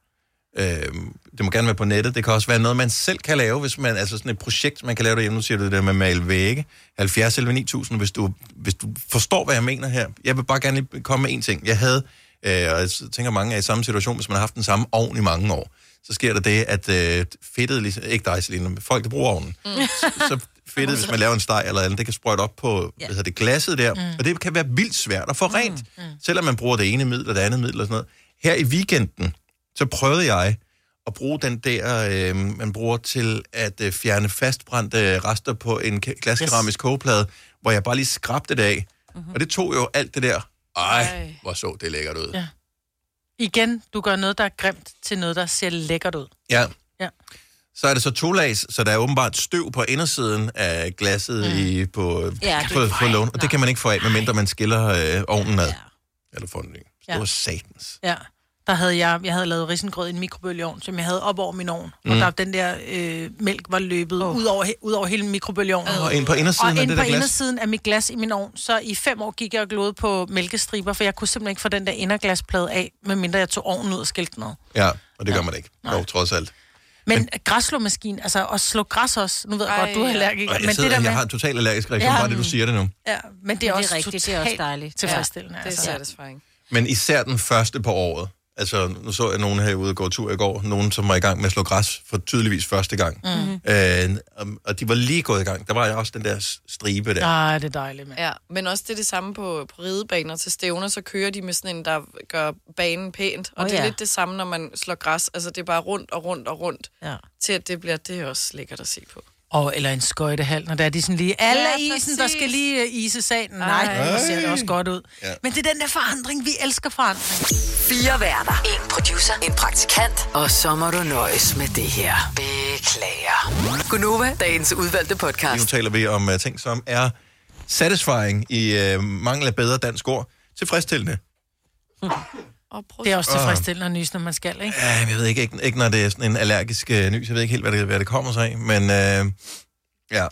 Speaker 1: Øhm, det må gerne være på nettet. Det kan også være noget, man selv kan lave, hvis man... Altså sådan et projekt, man kan lave derhjemme. Nu siger du det der med at male vægge. 70 eller 9000, hvis du, hvis du forstår, hvad jeg mener her. Jeg vil bare gerne lige komme med en ting. Jeg havde... Øh, og jeg tænker, mange er i samme situation, hvis man har haft den samme ovn i mange år. Så sker der det, at øh, fedtet... Ligesom, ikke dig, Selina, men folk, der bruger ovnen. Mm. så fedtet, hvis man laver en steg eller andet, det kan sprøjte op på ja. hvad hedder det, glasset der, mm. og det kan være vildt svært at få rent, mm. Mm. selvom man bruger det ene middel og det andet middel og sådan noget. Her i weekenden, så prøvede jeg at bruge den der, øh, man bruger til at øh, fjerne fastbrændte rester på en ka- glaskeramisk yes. kogeplade, hvor jeg bare lige skrabte det af, mm-hmm. og det tog jo alt det der. Ej, Ej. hvor så det lækkert ud. Ja.
Speaker 2: Ja. Igen, du gør noget, der er grimt, til noget, der ser lækkert ud.
Speaker 1: ja.
Speaker 2: Ja.
Speaker 1: Så er det så tolags, så der er åbenbart støv på indersiden af glasset mm. i, på,
Speaker 2: Ja,
Speaker 1: ja,
Speaker 2: det
Speaker 1: på,
Speaker 2: kan
Speaker 1: på lån, og det kan man ikke få af, medmindre man skiller øh, ovnen ad. Ja. Eller får en ny.
Speaker 2: Ja.
Speaker 1: Ja. Det var satans.
Speaker 2: Ja, der havde jeg, jeg havde lavet risengrød i en mikrobølgeovn, som jeg havde op over min ovn. Mm. Og
Speaker 1: Mm.
Speaker 2: der den der øh, mælk var løbet oh. ud, over, he- ud over hele mikrobølgeovnen.
Speaker 1: Åh, ind på indersiden
Speaker 2: og
Speaker 1: af
Speaker 2: ind
Speaker 1: det
Speaker 2: på
Speaker 1: der glas.
Speaker 2: indersiden af mit glas i min ovn. Så i fem år gik jeg og glodede på mælkestriber, for jeg kunne simpelthen ikke få den der inderglasplade af, medmindre jeg tog ovnen ud og skilte den ad.
Speaker 1: Ja, og det ja. gør man ikke. Jo, trods alt.
Speaker 2: Men, Men græsslåmaskinen, altså at slå græs også, nu ved jeg
Speaker 3: Ej,
Speaker 2: godt, du er
Speaker 3: ja.
Speaker 2: allergisk.
Speaker 1: Og jeg,
Speaker 2: Men
Speaker 1: sidder,
Speaker 2: det der
Speaker 1: jeg
Speaker 2: med,
Speaker 1: har en total allergisk reaktion,
Speaker 2: Ja.
Speaker 1: ja. bare det, du siger det nu.
Speaker 2: ja, men det er,
Speaker 3: Men det
Speaker 2: også
Speaker 3: er rigtigt, det er også
Speaker 2: totalt
Speaker 3: dejligt.
Speaker 2: Tilfredsstillende.
Speaker 3: Ja, det er
Speaker 2: altså.
Speaker 5: satisfying.
Speaker 1: Men især den første på året. Altså, nu så jeg nogen herude gå tur i går. Nogen, som var i gang med at slå græs for tydeligvis første gang.
Speaker 5: Mhm.
Speaker 1: Mm. Øh, og, og de var lige gået i gang. Der var også den der s- stribe der.
Speaker 2: Nej, det er dejligt, mand.
Speaker 5: Ja, men også det er det samme på, på ridebaner til stævner, så kører de med sådan en, der gør banen pænt. Og
Speaker 2: Åh,
Speaker 5: oh, det er
Speaker 2: ja.
Speaker 5: ja. lidt det samme, når man slår græs. Altså, det er bare rundt og rundt og rundt,
Speaker 2: ja.
Speaker 5: til at det bliver, det er også lækkert at se på.
Speaker 2: Og, eller en skøjtehal, når der er de sådan lige, alle
Speaker 5: Ja,
Speaker 2: ja, isen, der
Speaker 5: præcis.
Speaker 2: skal lige øh, ise salen. Nej,
Speaker 5: Ej.
Speaker 2: det ser det også godt ud.
Speaker 1: Ja.
Speaker 2: Men det er den der forandring, vi elsker forandring.
Speaker 6: Fire værter. En producer. En praktikant. Og så må du nøjes med det her. Beklager. Gunova, dagens udvalgte
Speaker 1: Nu
Speaker 6: podcast.
Speaker 1: taler vi om uh, ting, som er satisfying i uh, mangel af bedre dansk ord. Tilfredsstillende.
Speaker 2: Det er også
Speaker 5: Ah.
Speaker 2: tilfredsstillende at nys, når man skal, ikke?
Speaker 1: Uh, jeg ved ikke, ikke, ikke når det er sådan en allergisk uh, nys. Jeg ved ikke helt, hvad det, hvad det kommer sig af. Men uh, ja,
Speaker 5: Der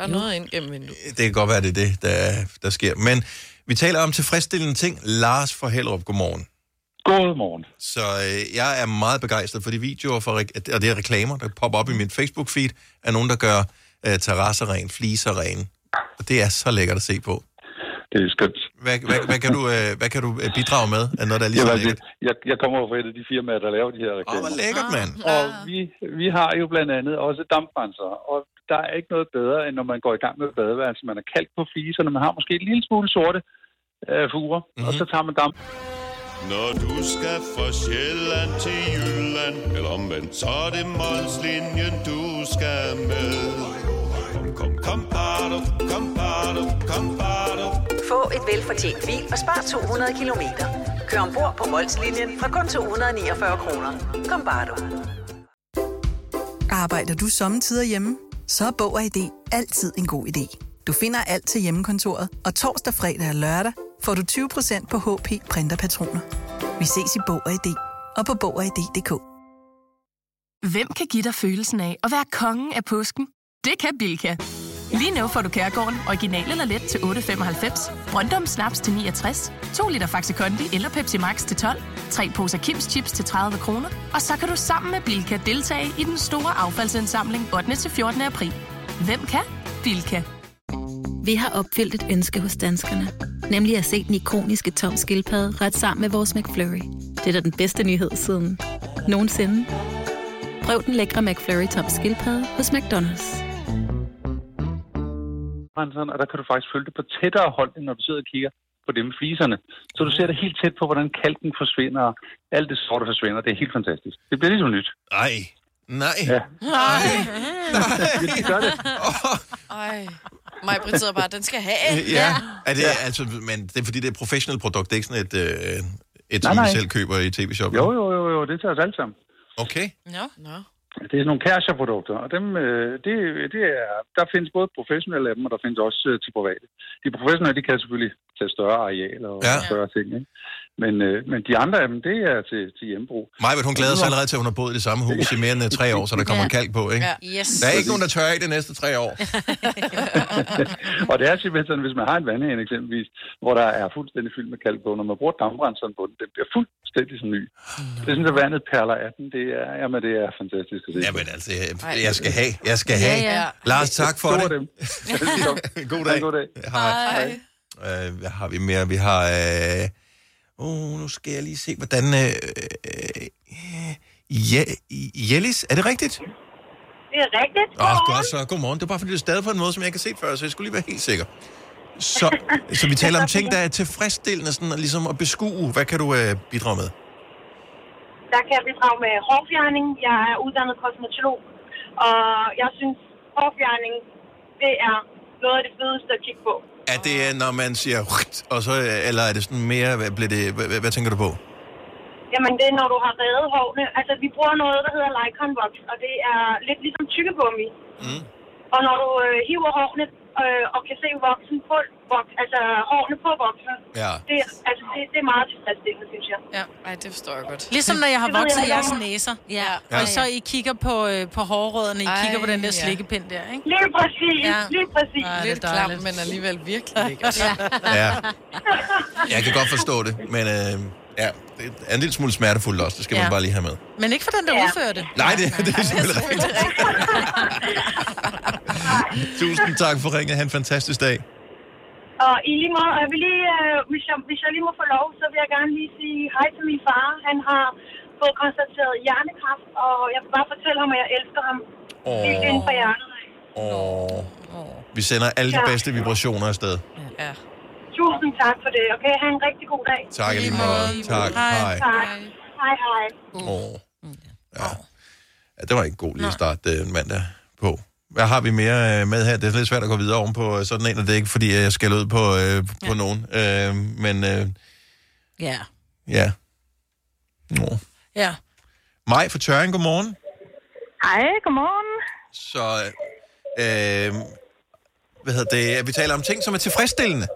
Speaker 5: er noget ind gennem vinduet.
Speaker 1: det kan godt være, det er det, der, der sker. Men vi taler om tilfredsstillende ting. Lars fra Hellerup, godmorgen.
Speaker 19: Godmorgen.
Speaker 1: Så øh, jeg er meget begejstret for de videoer, for, re- og det er reklamer, der popper op i mit Facebook-feed, af nogen, der gør øh, terrasser ren, fliser ren. Og det er så lækkert at se på.
Speaker 19: Det er skønt.
Speaker 1: Hvad, hvad, hvad, kan, du, øh, hvad kan du øh, bidrage med af noget, der er lige
Speaker 19: Jeg,
Speaker 1: så
Speaker 19: var
Speaker 1: lækkert?
Speaker 19: lidt- jeg, jeg kommer jo fra et af de firmaer, der laver de her reklamer.
Speaker 1: Åh, hvor lækkert, mand.
Speaker 19: Og vi, vi har jo blandt andet også damprenser, og der er ikke noget bedre, end når man går i gang med badeværelse. Man er kaldt på fliserne, man har måske en lille smule sorte øh, fuger, mm-hmm. og
Speaker 1: Mhm.
Speaker 19: så tager man damp.
Speaker 4: Når du skal fra Sjælland til Jylland, eller omvendt, så er det Molslinjen, du skal med. Kom, kom, kom, bado, kom, bado, kom, bado.
Speaker 20: Få et velfortjent bil og spar 200 kilometer. Kør ombord på Molslinjen fra kun 249 kroner. Kom bare du.
Speaker 21: Arbejder du sommetider hjemme? Så er Bog og ID altid en god idé. Du finder alt til hjemmekontoret, og torsdag, fredag og lørdag får du 20% på HP printerpatroner. Vi ses i Bog og ID og på Bog og ID.dk.
Speaker 8: Hvem kan give dig følelsen af at være kongen af påsken? Det kan Bilka. Lige nu får du Kærgården original eller let til 8.95, Brøndum Snaps til 69, 2 liter Faxi Kondi eller Pepsi Max til 12, 3 poser Kims Chips til 30 kroner, og så kan du sammen med Bilka deltage i den store affaldsindsamling 8. til 14. april. Hvem kan? Bilka.
Speaker 22: Vi har opfyldt et ønske hos danskerne. Nemlig at se den ikoniske tom skildpadde ret sammen med vores McFlurry. Det er da den bedste nyhed siden nogensinde. Prøv den lækre McFlurry tom skildpadde hos McDonald's.
Speaker 7: renseren, og der kan du faktisk følge det på tættere hold, end når du sidder og kigger på det med fliserne. Så du ser det helt tæt på, hvordan kalken forsvinder, og alt det sorte forsvinder. Det er helt fantastisk. Det bliver ligesom nyt.
Speaker 1: Nej. Nej.
Speaker 7: Ja.
Speaker 2: Nej.
Speaker 7: det gør det.
Speaker 5: Ej. Mig Britt bare, den skal have.
Speaker 1: Øh, Ja. Er det, ja. Altså, men det er fordi, det er et professionelt produkt, det er ikke sådan et, øh, et
Speaker 7: Nej,
Speaker 1: som
Speaker 7: nej.
Speaker 1: vi selv køber i tv-shoppen?
Speaker 7: Jo, jo, jo, jo, det tager os alle sammen.
Speaker 1: Okay.
Speaker 5: Nå. Nå.
Speaker 7: Det er sådan nogle kæresteprodukter, og dem, øh, det, det er, der findes både professionelle af dem, og der findes også øh, til private. De professionelle, de kan selvfølgelig tage større arealer og ja. større ting, ikke? Men, øh, men de andre af dem, det er til, til hjembrug.
Speaker 1: Maja, hun glæder sig allerede til, at hun har boet i det samme hus i mere end øh, tre år, så der kommer
Speaker 7: Ja.
Speaker 1: kalk på, ikke?
Speaker 7: Ja. Yes.
Speaker 1: Der er ikke nogen, der tør af de næste tre år.
Speaker 7: og det er simpelthen sådan, hvis man har en vandhane eksempelvis, hvor der er fuldstændig fyldt med kalk på, når man bruger dambrenseren på den, den bliver fuldstændig som ny. Det er sådan, at vandet perler af den. Det er, jamen, det er fantastisk at se.
Speaker 1: Jamen altså, jeg skal have, jeg skal have.
Speaker 7: Ja, ja.
Speaker 1: Lars, tak for
Speaker 7: Det var
Speaker 1: det. God dag. God dag. Hej. Hej. Øh, hvad har vi mere? Vi har... Øh... Oh, nu skal jeg lige se, hvordan... Øh... øh, Ja, Jellis, er det rigtigt?
Speaker 9: Det er rigtigt.
Speaker 1: Åh, oh, godt så. Godmorgen. Det er bare fordi, det er stadig på en måde, som jeg ikke har set før, så jeg skulle lige være helt sikker. Så, så vi taler om ting, der er tilfredsstillende, sådan at ligesom at beskue. Hvad kan du øh, bidrage med?
Speaker 9: Der kan jeg bidrage med hårfjerning. Jeg er uddannet kosmetolog, og jeg synes, hårfjerning, det er noget af det fedeste at kigge på.
Speaker 1: Er det, øh, når man siger, "Hugt", og så, øh, eller er det sådan mere, hvad, bliver det, hvad, hvad, hvad tænker du på?
Speaker 9: Jamen, det er, når du har revet hårene. Altså, vi bruger noget, der hedder Lycon-vox, og det er lidt ligesom tykkegummi.
Speaker 1: Mm.
Speaker 9: Og når du øh, hiver hårene øh, og kan se voksen på, voks, altså hårene på voksne,
Speaker 1: Ja.
Speaker 9: det, er- altså, det, det er meget tilfredsstillende, synes jeg.
Speaker 5: Ja, ej, det forstår jeg godt.
Speaker 2: Ligesom når jeg har
Speaker 9: Det ved
Speaker 2: vokset
Speaker 9: jeg
Speaker 2: jeres
Speaker 9: godt.
Speaker 2: næser.
Speaker 9: Ja.
Speaker 1: Ja.
Speaker 2: Og så I kigger på, øh, på hårrødderne, I
Speaker 5: Ej,
Speaker 2: kigger på den der
Speaker 5: ja.
Speaker 2: slikkepind der, ikke?
Speaker 9: Lige præcis,
Speaker 2: Ja.
Speaker 9: lige præcis.
Speaker 2: Ej, det er
Speaker 5: Lidt klam,
Speaker 2: dejligt.
Speaker 5: men alligevel virkelig ikke.
Speaker 1: Ja. Jeg kan godt forstå det, men øh, ja, det er en lille smule smertefuldt også. Det skal ja.
Speaker 2: Ja.
Speaker 1: man bare lige have med.
Speaker 2: Men ikke for den, der ja. udfører det.
Speaker 1: Nej, det, det er selvfølgelig rigtigt. Tusind tak for ringet. Ha' en fantastisk dag.
Speaker 9: Og i lige måde, og jeg vil lige, øh, hvis, jeg, hvis jeg lige må få lov, så vil jeg gerne lige sige hej til min far. Han har fået konstateret hjernekræft, og jeg vil bare fortælle ham, at jeg elsker ham.
Speaker 1: Åh.
Speaker 9: Helt inden for hjertet.
Speaker 1: Og vi sender alle de
Speaker 9: Ja.
Speaker 1: bedste vibrationer afsted.
Speaker 9: Ja. Tusind tak for det, okay? Ha' en rigtig god dag.
Speaker 1: Tak i lige måde. Tak. Hej.
Speaker 9: Tak. Hej, hej.
Speaker 1: Åh. Mm, Ja. ja, det var ikke god lige at starte øh, mandag på. Hvad har vi mere øh, med her? Det er lidt svært at gå videre ovenpå øh, sådan en, og det er ikke, fordi øh, jeg skal ud på, øh, på ja. nogen. Øh, men øh,
Speaker 2: Ja.
Speaker 1: ja.
Speaker 2: Ja.
Speaker 1: Maj fra Tøring, godmorgen.
Speaker 12: Hej, godmorgen.
Speaker 1: Så, øh, hvad hedder det? Vi taler om ting, som er tilfredsstillende.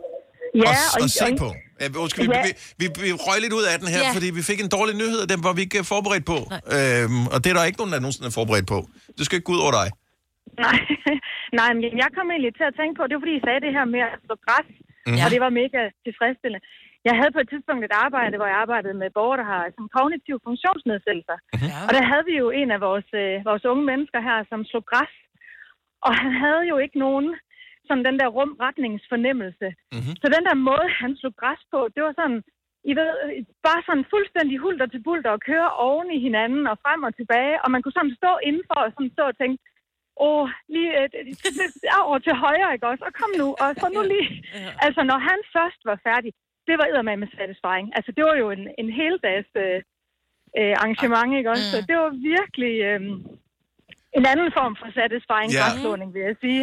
Speaker 12: Ja,
Speaker 1: at,
Speaker 12: og-
Speaker 1: at se på. Ja, undskyld,
Speaker 12: Ja.
Speaker 1: ja. vi, vi, vi røg lidt ud af den her,
Speaker 12: Ja.
Speaker 1: ja. fordi vi fik en dårlig nyhed, og den var vi ikke øh, forberedt på. Øhm, og det er der ikke nogen, der nogensinde er forberedt på. Det skal ikke gå ud over dig.
Speaker 12: Nej, nej, men jeg kom egentlig til at tænke på, det var fordi, I sagde det her med at slå græs,
Speaker 1: Mhm.
Speaker 12: mm-hmm. og det var mega tilfredsstillende. Jeg havde på et tidspunkt et arbejde, hvor jeg arbejdede med borgere, der har sådan kognitive funktionsnedsættelser. Mm-hmm. Og der havde vi jo en af vores, øh, vores unge mennesker her, som slog græs. Og han havde jo ikke nogen sådan den der rumretningsfornemmelse. Mm-hmm. Så den der måde, han slog græs på, det var sådan, I ved, bare sådan fuldstændig hulter til bulter og køre oven i hinanden og frem og tilbage. Og man kunne sådan stå indenfor og sådan stå og tænke, åh, lige øh, lidt over til højre, ikke også? Og kom nu, og så nu lige. Altså, når han først var færdig, det var med med satisfying. Altså, det var jo en, en heldags øh, øh, arrangement, ikke også? Så det var virkelig øh, en anden form for satisfying
Speaker 1: Ja.
Speaker 12: græsslåning, vil jeg sige.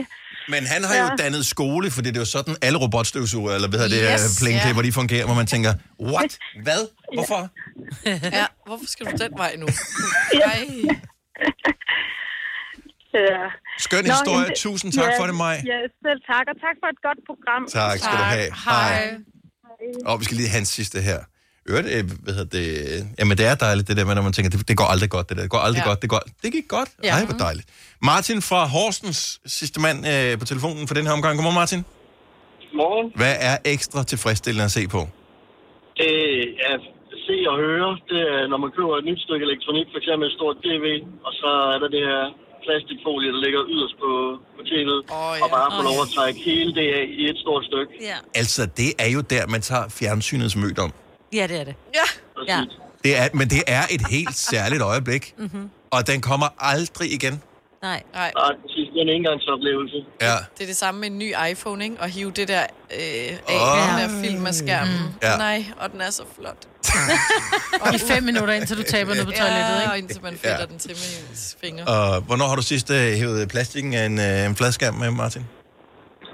Speaker 1: Men han har ja. jo
Speaker 12: Ja.
Speaker 1: dannet skole, fordi det er jo sådan, alle robotstøvsugere, eller hvad hedder yes,
Speaker 12: Yes,
Speaker 1: det, plænklipper, hvor
Speaker 12: ja.
Speaker 1: de fungerer, hvor man tænker, what? Hvad? Hvorfor?
Speaker 5: Ja, hvorfor skal du den vej nu?
Speaker 12: Ja.
Speaker 5: Ej.
Speaker 12: Ja.
Speaker 1: Skøn historie.
Speaker 12: jamen
Speaker 1: Tusind tak for det, Maj.
Speaker 12: Ja, selv tak, og tak for et godt program.
Speaker 1: Tak skal du Tak. have. Hej. Hej. Og vi skal lige have en sidste her. Øvrigt, øh, hvad hedder det? øh, Jamen, det er dejligt, det der med, når man tænker, det, det går aldrig godt, det der. Det går aldrig
Speaker 12: Ja.
Speaker 1: ja. godt, det går Det gik godt.
Speaker 12: Ja.
Speaker 1: Ja. Ej, hvor dejligt. Martin fra Horsens, sidste mand øh, på telefonen for den her omgang. Godmorgen, Martin.
Speaker 11: Morgen.
Speaker 1: Hvad er ekstra tilfredsstillende at se på?
Speaker 11: Det er se og høre. Det er, når man køber et nyt stykke elektronik, for eksempel et stort tv, og så er der det her plastikfolie, der ligger yderst på, på tv'et, oh, ja. og bare få
Speaker 24: Åh,
Speaker 11: lov
Speaker 24: ja.
Speaker 11: at trække hele det af i et stort stykke.
Speaker 2: Ja.
Speaker 1: Altså, det er jo der, man tager fjernsynets mødt om.
Speaker 2: Ja, det er det. Ja. ja.
Speaker 1: Det er, men det er et helt særligt øjeblik.
Speaker 2: Mm-hmm.
Speaker 1: Og den kommer aldrig igen.
Speaker 3: Nej.
Speaker 5: Nej.
Speaker 11: Og til en engangsoplevelse.
Speaker 1: Ja.
Speaker 5: Det er det samme med en ny iPhone, ikke? Og hive det der øh, af,
Speaker 1: Åh.
Speaker 5: oh. den der film af skærmen.
Speaker 1: Ja.
Speaker 5: Ja. Nej, og den er så flot.
Speaker 2: I fem minutter, indtil du taber den på toilettet,
Speaker 5: Ja,
Speaker 2: ikke?
Speaker 5: og indtil man fletter
Speaker 1: Ja.
Speaker 5: ja. den til med ens fingre.
Speaker 1: Og hvornår har du sidst øh, hævet plastikken af en, øh, en fladskærm med, Martin?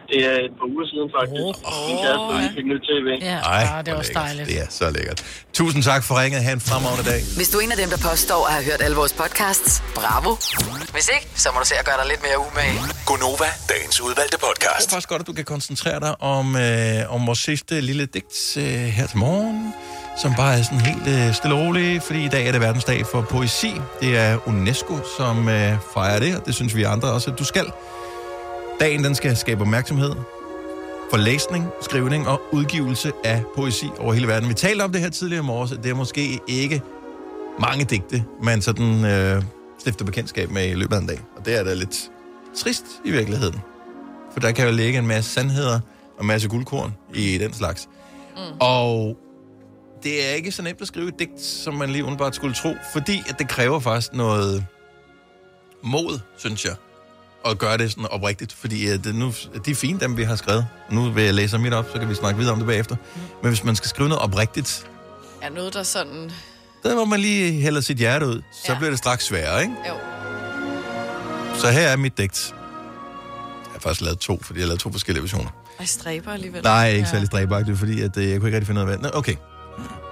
Speaker 11: Det er et par uger siden, faktisk. Oh, Min kæreste lige fik nyt tv.
Speaker 1: Ej, hvor lækkert. Det er så lækkert. Tusind tak for ringet. Ha' en fremragende dag.
Speaker 6: Hvis du er en af dem, der påstår at have hørt alle vores podcasts, bravo. Hvis ikke, så må du se at gøre dig lidt mere umage.
Speaker 1: Gonova, dagens udvalgte podcast. Det er faktisk godt, at du kan koncentrere dig om, øh, om vores sidste lille digt øh, her til morgen, som bare er sådan helt øh, stille og rolig, fordi i dag er det verdensdag for poesi. Det er UNESCO, som øh, fejrer det, og det synes vi andre også, at du skal. Dagen den skal skabe opmærksomhed for læsning, skrivning og udgivelse af poesi over hele verden. Vi talte om det her tidligere i morges, at det er måske ikke mange digte, man sådan øh, stifter bekendtskab med i løbet af en dag. Og det er da lidt trist i virkeligheden. For der kan jo ligge en masse sandheder og en masse guldkorn i den slags. Mm. Og det er ikke så nemt at skrive et digt, som man lige umiddelbart skulle tro, fordi at det kræver faktisk noget mod, synes jeg, at gøre det sådan oprigtigt. Fordi at det nu, de er fine, dem vi har skrevet. Nu vil jeg læse mit op, så kan vi snakke videre om det bagefter. Mm. Men hvis man skal skrive noget oprigtigt,
Speaker 5: Ja, noget, der sådan...
Speaker 1: der hvor man lige hælder sit hjerte ud, så ja. bliver det straks sværere, ikke?
Speaker 5: Jo.
Speaker 1: Så her er mit digt. Jeg har faktisk lavet to, fordi jeg har lavet to forskellige versioner.
Speaker 5: Ej, stræber alligevel.
Speaker 1: Nej, ikke
Speaker 5: ja.
Speaker 1: særlig stræbagtigt, fordi at, øh, jeg kunne ikke rigtig finde ud af, hvad... Nå, Okay.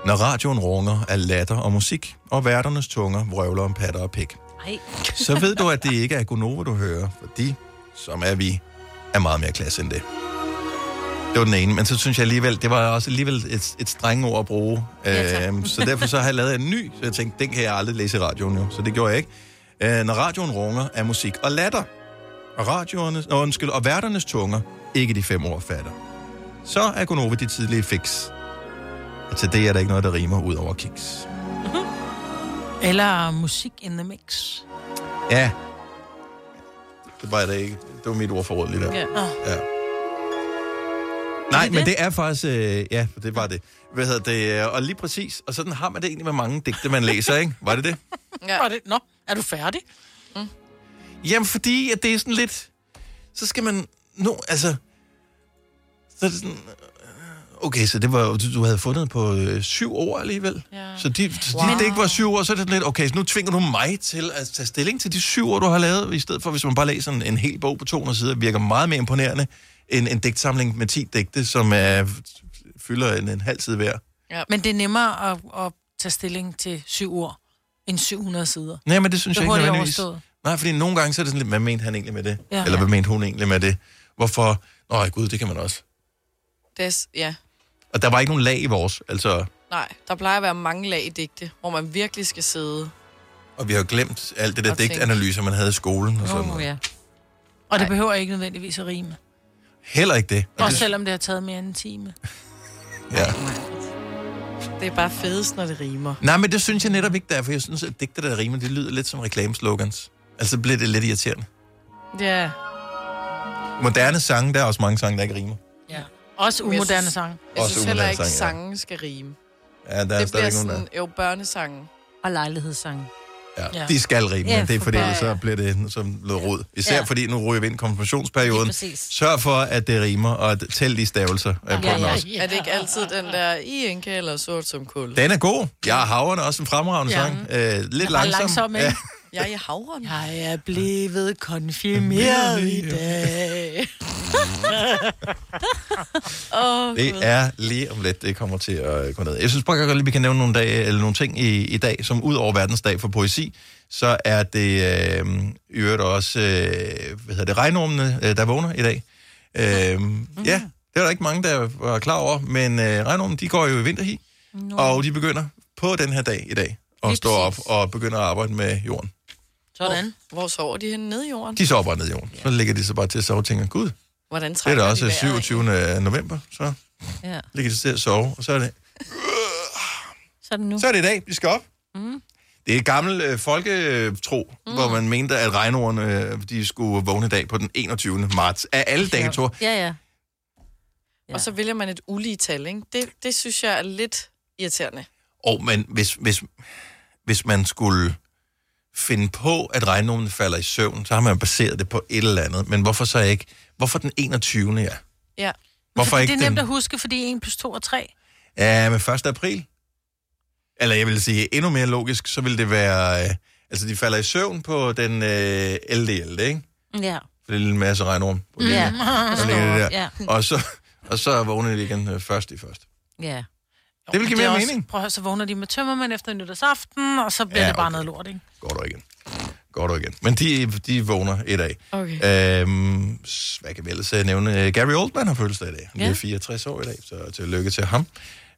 Speaker 1: Når radioen runger af latter og musik, og værternes tunger vrøvler om patter og pik,
Speaker 3: Ej.
Speaker 1: så ved du, at det ikke er Gunova, du hører, for de, som er vi, er meget mere klasse end det. Det var den ene, men så synes jeg alligevel, det var også alligevel et, et strenge ord at bruge. Ja, øhm, så derfor så har jeg lavet en ny, så jeg tænkte, den kan jeg aldrig læse i radioen jo, så det gjorde jeg ikke. Øh, når radioen runger af musik og latter, og, radioernes, nå, undskyld, og værternes tunger, ikke de fem ord fatter, så er Gunova de tidlige fix. Og til det er der ikke noget, der rimer ud over kiks.
Speaker 2: Eller musik in the mix.
Speaker 1: Ja. Det var det ikke. Det var mit ord for råd lige der.
Speaker 2: Ja.
Speaker 1: Ja. Nej, men det er faktisk... Øh, ja, det var det. Hvad hedder det? øh, Og lige præcis. Og sådan har man det egentlig med mange digte, man læser, ikke? Var det det?
Speaker 5: Ja. Mm.
Speaker 2: Og det, nå, er du færdig?
Speaker 1: Jamen, fordi at det er sådan lidt... Så skal man... Nu, altså... Så er det sådan... øh, Okay, så det var, du du havde fundet på øh, syv år alligevel. Ja. Så de, så de, det ikke var syv år, så er det sådan lidt, okay, så nu tvinger du mig til at tage stilling til de syv år, du har lavet, i stedet for, hvis man bare læser en, en hel bog på 200 sider, virker meget mere imponerende end en digtsamling med 10 digte, som er, fylder en, en halv side hver.
Speaker 2: Ja. Men det er nemmere at, at tage stilling til syv ord end 700 sider.
Speaker 1: Nej, men det synes
Speaker 2: Det er
Speaker 1: jeg ikke
Speaker 2: hurtigt
Speaker 1: nødvendigvis.
Speaker 2: overstået.
Speaker 1: Nej, fordi nogle gange så er det sådan lidt, hvad mente han egentlig med det?
Speaker 2: Ja.
Speaker 1: Ja. Eller hvad
Speaker 2: Ja.
Speaker 1: mente hun egentlig med det? Hvorfor? Nå, gud, det kan man også.
Speaker 5: Det er, s- ja.
Speaker 1: Og der var ikke nogen lag i vores, altså...
Speaker 5: Nej, der plejer at være mange lag i digte, hvor man virkelig skal sidde.
Speaker 1: Og vi har jo glemt alt det der
Speaker 5: Og tænke.
Speaker 1: digtanalyser, man havde i skolen og sådan noget.
Speaker 2: ja. Og det behøver ikke nødvendigvis at rime.
Speaker 1: Heller ikke det. Og
Speaker 2: Også
Speaker 1: det
Speaker 2: selvom det har taget mere end en time.
Speaker 1: ja.
Speaker 5: Det er bare fedest, når det rimer.
Speaker 1: Nej, men det synes jeg netop ikke, der er, for jeg synes, at digte, der rimer, det lyder lidt som reklameslogans. Altså, så bliver det lidt irriterende.
Speaker 5: Ja.
Speaker 1: Moderne sange, der er også mange sange, der ikke rimer.
Speaker 2: ja. Også
Speaker 5: Men jeg
Speaker 2: umoderne
Speaker 5: synes-
Speaker 2: sange.
Speaker 5: Jeg
Speaker 1: Også
Speaker 5: synes heller
Speaker 1: umoderne
Speaker 5: ikke,
Speaker 1: sange, ja.
Speaker 5: sangen skal rime.
Speaker 1: Ja, der er
Speaker 5: det bliver
Speaker 1: stadigvæk øh, nogen, der...
Speaker 5: sådan, jo, børnesange.
Speaker 3: Og lejlighedssange.
Speaker 1: Ja. De skal rime,
Speaker 3: Ja,
Speaker 1: men det er
Speaker 3: for
Speaker 1: fordi,
Speaker 3: pokker.
Speaker 1: så bliver det som noget rod. Især
Speaker 3: Ja.
Speaker 1: fordi, nu ryger vi ind i konfirmationsperioden.
Speaker 5: Lige præcis.
Speaker 1: Sørg for, at det rimer, og at- tæl de stavelser ja. på den også.
Speaker 5: Er det ikke altid den der i enke eller sort som kul?
Speaker 1: Den er god. Jeg er havren er også en fremragende
Speaker 5: Ja.
Speaker 1: sang. Øh, lidt
Speaker 5: Og
Speaker 1: langsom.
Speaker 5: langsom, ikke?
Speaker 1: Ja.
Speaker 5: Jeg er havren.
Speaker 2: Jeg er blevet konfirmeret i dag.
Speaker 5: Åh,
Speaker 1: Det er lige om lidt, det kommer til at gå ned. Jeg synes bare godt, at vi kan nævne nogle, dage, eller nogle ting i, i dag, som ud over verdensdag for poesi, så er det øh, i øvrigt også, øh, hvad hedder det, regnormene, øh, der vågner i dag. Øh,
Speaker 5: Mm-hmm.
Speaker 1: Ja, det var der ikke mange, der var klar over, men øh, regnormene, de går jo i vinterhi, no. og de begynder på den her dag i dag at stå op og begynde at arbejde med jorden.
Speaker 5: Sådan. Hvor, hvor sover de henne? Nede i jorden?
Speaker 1: De sover bare ned i jorden. Så ligger de så bare til at sove og tænker, gud,
Speaker 5: Hvordan
Speaker 1: det er
Speaker 5: trækker
Speaker 1: da
Speaker 5: de
Speaker 1: også
Speaker 5: vejret, ikke?
Speaker 1: 27. november, så
Speaker 3: Ja.
Speaker 1: ligger de til at sove, og så er det
Speaker 3: Sådan nu.
Speaker 1: Så er det i dag, vi skal op. Mm. Det er gammel øh, folketro, mm. hvor man mente, at regnorene øh, de skulle vågne i dag på den 21. marts. Af alle datoer.
Speaker 3: Ja, ja.
Speaker 5: Ja. Og så vælger man et ulige tal, ikke? Det, det synes jeg er lidt irriterende.
Speaker 1: Og men hvis, hvis, hvis man skulle finde på, at regnormen falder i søvn, så har man baseret det på et eller andet. Men hvorfor så ikke? Hvorfor den 21. ja?
Speaker 2: Ja.
Speaker 1: Hvorfor
Speaker 2: fordi
Speaker 1: ikke
Speaker 2: det er nemt
Speaker 1: den-
Speaker 2: at huske, fordi 1 plus 2 er 3.
Speaker 1: Ja, men 1. april? Eller jeg vil sige endnu mere logisk, så vil det være... Øh, altså, de falder i søvn på den øh, 11. 11., ikke?
Speaker 3: Ja.
Speaker 1: For det er en lille masse regnorm. på det.
Speaker 3: Ja.
Speaker 1: Så ligger det der.
Speaker 3: Ja.
Speaker 1: Og så, og så vågner de igen øh, først i først.
Speaker 3: Ja.
Speaker 1: Det vil give
Speaker 2: er
Speaker 1: mere
Speaker 2: også-
Speaker 1: mening.
Speaker 2: Prøv at høre, så vågner de med tømmermænd efter nytårsaften, og så bliver
Speaker 1: Ja,
Speaker 2: ja, det bare
Speaker 1: okay.
Speaker 2: noget lort, ikke?
Speaker 1: Går du igen. Går du igen. Men de, de vågner et af.
Speaker 2: Okay.
Speaker 1: Øhm, s- hvad kan vi ellers øh, nævne? Øh, Gary Oldman har fødselsdag i dag. Han
Speaker 2: Ja.
Speaker 1: bliver 64 år i dag, så tillykke til ham.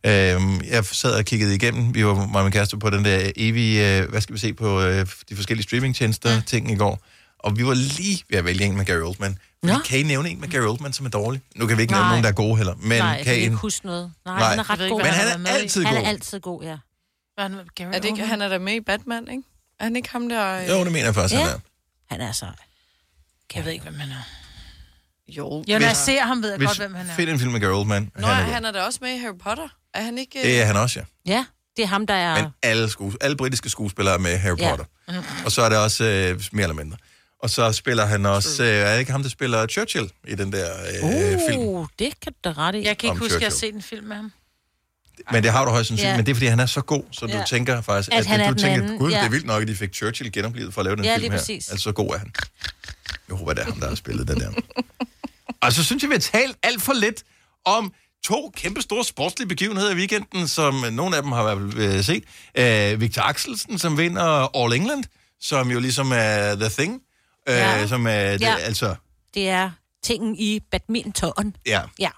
Speaker 1: Øhm, jeg sad og kiggede igennem, vi var mig og min kæreste på den der evige, øh, hvad skal vi se på, øh, de forskellige streamingtjenester mm. ting i går. Og vi var lige ved at vælge en med Gary Oldman. Fordi, kan I nævne en med Gary Oldman, som er dårlig? Nu kan vi ikke Nej. nævne
Speaker 3: Nej.
Speaker 1: nogen, der er gode heller. Men
Speaker 3: Nej, jeg
Speaker 1: kan I...
Speaker 3: ikke huske noget. Nej,
Speaker 1: Nej.
Speaker 3: Nej. han er ret
Speaker 1: Jeg ved ikke,
Speaker 3: god.
Speaker 1: hvad han har været med i. altid
Speaker 3: Han
Speaker 1: god.
Speaker 3: er altid god, ja.
Speaker 2: Er
Speaker 5: det ikke, han er da med i Batman, ikke? Er han ikke ham der... øh?
Speaker 1: Jo, det mener jeg faktisk, ja. han er.
Speaker 3: Han er sej.
Speaker 2: Jeg ved ikke, hvem han er.
Speaker 5: Jo.
Speaker 2: Ja, når jeg ser ham, ved jeg
Speaker 1: Hvis-
Speaker 2: godt, hvem han er.
Speaker 1: Find en film med Gary Oldman.
Speaker 5: Nå,
Speaker 1: han
Speaker 5: han
Speaker 1: er
Speaker 5: er,
Speaker 1: god.
Speaker 5: han er da også med i Harry Potter. Er han ikke... øh,
Speaker 1: Det er han også, ja.
Speaker 3: Ja, det er ham, der er...
Speaker 1: Men alle, skues, alle britiske skuespillere er med i Harry
Speaker 3: Ja.
Speaker 1: Potter. Og så er det også øh, mere eller mindre. Og så spiller han også... Øh, er det ikke ham, der spiller Churchill i den der øh, uh. film?
Speaker 3: Uh, det kan du da ret i.
Speaker 2: Jeg kan ikke
Speaker 1: Om
Speaker 2: huske, at jeg har
Speaker 1: Churchill.
Speaker 2: set en film med ham.
Speaker 1: Men det har du højst sandsynligt,
Speaker 2: Ja.
Speaker 1: men det er, fordi han er så god, så du
Speaker 2: Ja.
Speaker 1: tænker faktisk, at,
Speaker 2: At
Speaker 1: at
Speaker 2: han er
Speaker 1: du
Speaker 2: den
Speaker 1: tænker,
Speaker 2: anden,
Speaker 1: gud,
Speaker 2: ja.
Speaker 1: det er vildt nok, at de fik Churchill genoplivet for at lave den
Speaker 3: Ja,
Speaker 1: film
Speaker 3: lige
Speaker 1: her.
Speaker 3: præcis.
Speaker 1: Altså, så god er han. Jeg håber, det er ham, der har spillet den der. Og så synes jeg, vi har talt alt for lidt om to kæmpe store sportslige begivenheder i weekenden, som øh, nogle af dem har i hvert fald øh, set. Øh, Victor Axelsen, som vinder All England, som jo ligesom er The Thing, øh,
Speaker 3: Ja.
Speaker 1: som er, det,
Speaker 3: Ja.
Speaker 1: altså,
Speaker 3: Det er tingen i badminton.
Speaker 1: ja.
Speaker 3: Ja.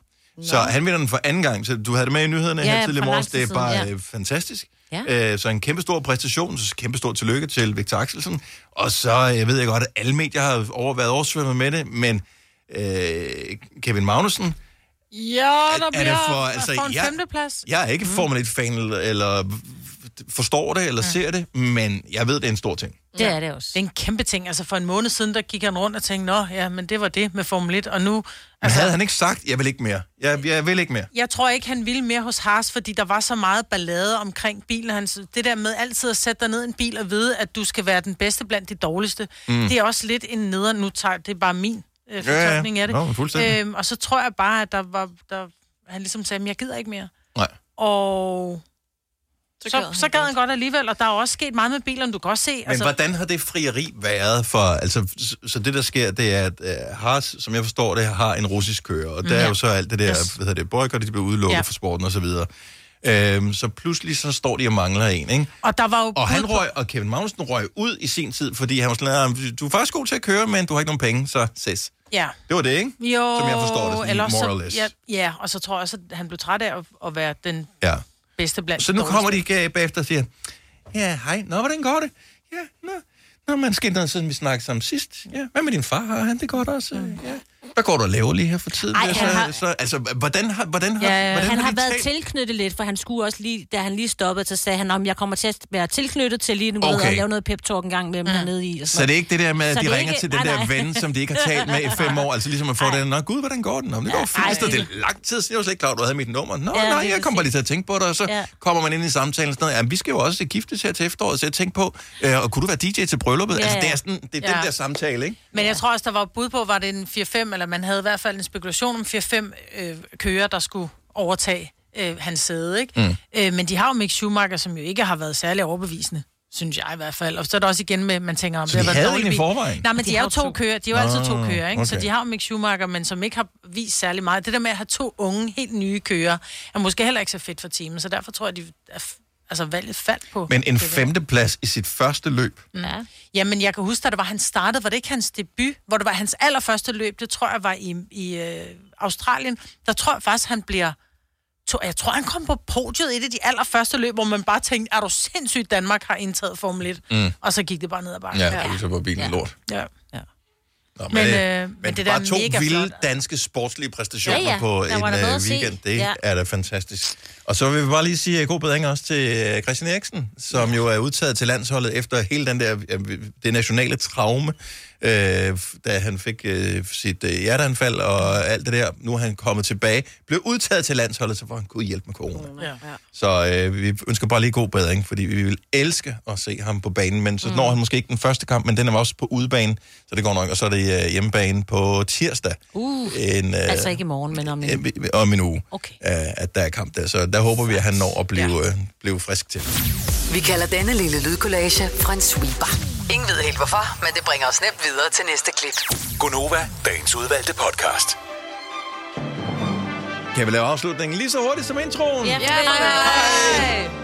Speaker 1: Så han vinder den for anden gang, så du havde det med i nyhederne
Speaker 3: Ja,
Speaker 1: her tidligere
Speaker 3: for lang
Speaker 1: i morges.
Speaker 3: tid
Speaker 1: Det er
Speaker 3: siden,
Speaker 1: bare
Speaker 3: ja.
Speaker 1: ja. fantastisk.
Speaker 3: Ja.
Speaker 1: Øh, Så en kæmpe stor præstation, så kæmpe stor tillykke til Victor Axelsen. Og så, øh, jeg ved jeg godt, at alle medier har over, været oversvømmet med det, men øh, Kevin Magnussen,
Speaker 2: Ja, der
Speaker 1: er
Speaker 2: bliver
Speaker 1: det
Speaker 2: for,
Speaker 1: for- altså,
Speaker 2: en
Speaker 1: jeg-
Speaker 2: femteplads. Mm.
Speaker 1: jeg er
Speaker 3: Mm.
Speaker 1: ikke Formel 1-fan, eller- eller forstår det, eller ser det, men jeg ved, det er en stor ting.
Speaker 2: Det er det også. Det er en kæmpe ting. Altså for en måned siden, der gik han rundt og tænkte, nå, ja, men det var det med Formel 1, og nu...
Speaker 1: Men
Speaker 3: Altså-
Speaker 1: havde han ikke sagt, jeg vil ikke mere, jeg, jeg vil ikke mere,
Speaker 2: Jeg tror ikke, han ville mere hos Haas, fordi der var så meget ballade omkring bilen. Han, det der med altid at sætte dig ned i en bil og vide, at du skal være den bedste blandt de dårligste,
Speaker 1: Mm.
Speaker 2: mm. det er også lidt en neder. Nu tager det er bare min øh,
Speaker 1: Ja, ja.
Speaker 2: fortolkning af det.
Speaker 1: Nå, men fuldstændig.
Speaker 2: øhm, og så tror jeg bare, at der var, der, han ligesom sagde, at jeg gider ikke mere.
Speaker 1: Nej.
Speaker 2: Og så, så,
Speaker 5: gad
Speaker 2: gad,
Speaker 5: han
Speaker 2: så gad han godt alligevel, og der er jo også sket meget med bilerne, du kan også se.
Speaker 1: Men altså... hvordan har det frieri været for... Altså, så- så det, der sker, det er, at øh, Haas, som jeg forstår det, har en russisk kører, og
Speaker 25: Mm,
Speaker 1: der er
Speaker 25: ja.
Speaker 1: jo så alt det der, yes.
Speaker 25: Yes.
Speaker 1: hvad hedder det, boykot, de bliver udelukket ja.
Speaker 2: Ja.
Speaker 1: fra sporten osv. Øhm, så pludselig så står de og mangler en, ikke?
Speaker 2: Og der var jo
Speaker 1: Og han
Speaker 2: bud på-
Speaker 1: røg, og Kevin Magnussen røg ud i sin tid, fordi han var sådan, "Ah, du er faktisk god til at køre, men du har ikke nogen penge, så ses.
Speaker 2: Ja.
Speaker 1: Det var det, ikke?
Speaker 2: Jo,
Speaker 1: Som jeg forstår det, sådan
Speaker 2: eller
Speaker 1: more
Speaker 2: så-
Speaker 1: or less.
Speaker 2: Ja, ja, og så tror jeg også, at han blev træt af at, at være den
Speaker 1: Ja.
Speaker 2: bedste blandt
Speaker 1: Så nu
Speaker 2: dårligste.
Speaker 1: kommer de ikke øh, bagefter og siger, ja, hej, nå, hvordan går det? Ja, nå, nå man skete noget, siden vi snakkede sammen sidst. Ja, hvad med din far? Har han det godt også? Ja. Hvad går du og laver lige her for tiden?
Speaker 3: Ej,
Speaker 1: så,
Speaker 3: han har-
Speaker 1: så, altså, hvordan har, hvordan har,
Speaker 3: Ja,
Speaker 1: hvordan
Speaker 3: han har
Speaker 1: de
Speaker 3: været
Speaker 1: talt?
Speaker 3: tilknyttet lidt, for han skulle også lige, da han lige stoppede, så sagde han, om jeg kommer til at være tilknyttet til lige nu okay.
Speaker 1: Okay.
Speaker 3: og lave noget pep-talk en gang med dem mm. dernede i. og sådan
Speaker 1: Så det er
Speaker 3: noget.
Speaker 1: ikke det der med, at
Speaker 3: Så
Speaker 1: de
Speaker 3: det er
Speaker 1: ringer
Speaker 3: ikke-
Speaker 1: til den
Speaker 3: nej,
Speaker 1: der
Speaker 3: nej.
Speaker 1: ven, som de ikke har talt med i fem år, altså ligesom at få den, nå gud, hvordan går den? Nå, men det går fint, så det er lang tid siden, jeg var slet ikke klar, over, at du havde mit nummer. Nå,
Speaker 25: Ja,
Speaker 1: nej,
Speaker 25: lige
Speaker 1: jeg kom bare lige til at tænke på dig, og så
Speaker 25: Ja.
Speaker 1: kommer man ind i samtalen og sådan noget, jamen, vi skal jo også giftes her til efteråret, så jeg tænkte på, øh, og kunne du være DJ til brylluppet?
Speaker 2: Ja,
Speaker 1: altså, det
Speaker 2: ja.
Speaker 1: er, sådan, det er den
Speaker 2: Ja.
Speaker 1: der samtale, ikke?
Speaker 2: Men jeg tror også, der var bud på, var det en 4-5, eller man havde i hvert fald en spekulation om 4-5 øh, kører, der skulle overtage øh, hans sæde, ikke?
Speaker 1: Mm.
Speaker 2: Øh, men de har jo Mick Schumacher, som jo ikke har været særlig overbevisende synes jeg i hvert fald. Og så er der også igen med, man tænker om,
Speaker 1: Så de
Speaker 2: det har været
Speaker 1: havde
Speaker 2: dårlig
Speaker 1: en i
Speaker 2: bil.
Speaker 1: forvejen?
Speaker 2: Nej, men de,
Speaker 1: De
Speaker 2: er
Speaker 1: har
Speaker 2: jo
Speaker 1: to.
Speaker 2: to kører. De er jo altid to
Speaker 1: Nå,
Speaker 2: kører, ikke? Så
Speaker 1: okay.
Speaker 2: de har jo Mick Schumacher, men som ikke har vist særlig meget. Det der med at have to unge, helt nye kører, er måske heller ikke så fedt for teamet, så derfor tror jeg, de er f- altså valget faldt på.
Speaker 1: Men en
Speaker 2: det der.
Speaker 1: femteplads i sit første løb.
Speaker 2: Ja. Jamen, jeg kan huske, da det var, han startede, var det ikke hans debut, hvor det var hans allerførste løb, det tror jeg var i, i øh, Australien. Der tror jeg faktisk, han bliver... To, jeg tror, han kom på podiet i et af de allerførste løb, hvor man bare tænkte, er du sindssygt, Danmark har indtaget Formel 1?
Speaker 1: Mm.
Speaker 2: Og så gik det bare ned ad bakken.
Speaker 1: Ja, og så var bilen lort.
Speaker 2: Ja. ja.
Speaker 1: Nå, men,
Speaker 2: Men,
Speaker 1: øh,
Speaker 2: øh,
Speaker 1: men,
Speaker 2: men
Speaker 1: det
Speaker 2: det
Speaker 1: bare
Speaker 2: der er
Speaker 1: to
Speaker 2: mega
Speaker 1: vilde
Speaker 2: flot.
Speaker 1: danske sportslige præstationer
Speaker 2: Ja, ja.
Speaker 1: på
Speaker 2: Der
Speaker 1: en
Speaker 2: var der noget
Speaker 1: øh,
Speaker 2: at se.
Speaker 1: weekend. Det ja.
Speaker 2: Ja.
Speaker 1: er da fantastisk. Og så vil vi bare lige sige øh, god bedring også til øh, Christian Eriksen, som jo er udtaget til landsholdet efter hele den der, øh, det nationale traume, øh, da han fik øh, sit øh, hjerteanfald og alt det der. Nu er han kommet tilbage, blev udtaget til landsholdet, så får han kunne hjælpe med corona.
Speaker 2: Ja.
Speaker 1: Så øh, vi ønsker bare lige god bedring, fordi vi vil elske at se ham på banen. Men så mm. når han måske ikke den første kamp, men den er også på udebane, så det går nok. Og så er det øh, hjemmebane på tirsdag.
Speaker 3: Uh,
Speaker 1: En, øh,
Speaker 3: altså ikke i morgen, men om en
Speaker 1: øh, om en uge, okay. øh, at der er kamp der. Så der håber vi, at han når at blive, ja. øh, blive frisk til.
Speaker 6: Vi kalder denne lille lydkollage en sweeper. Ingen ved helt hvorfor, men det bringer os nemt videre til næste klip.
Speaker 25: Gunova, dagens udvalgte podcast.
Speaker 1: Kan vi lave afslutningen lige så hurtigt som introen?
Speaker 6: Ja.
Speaker 1: Hej.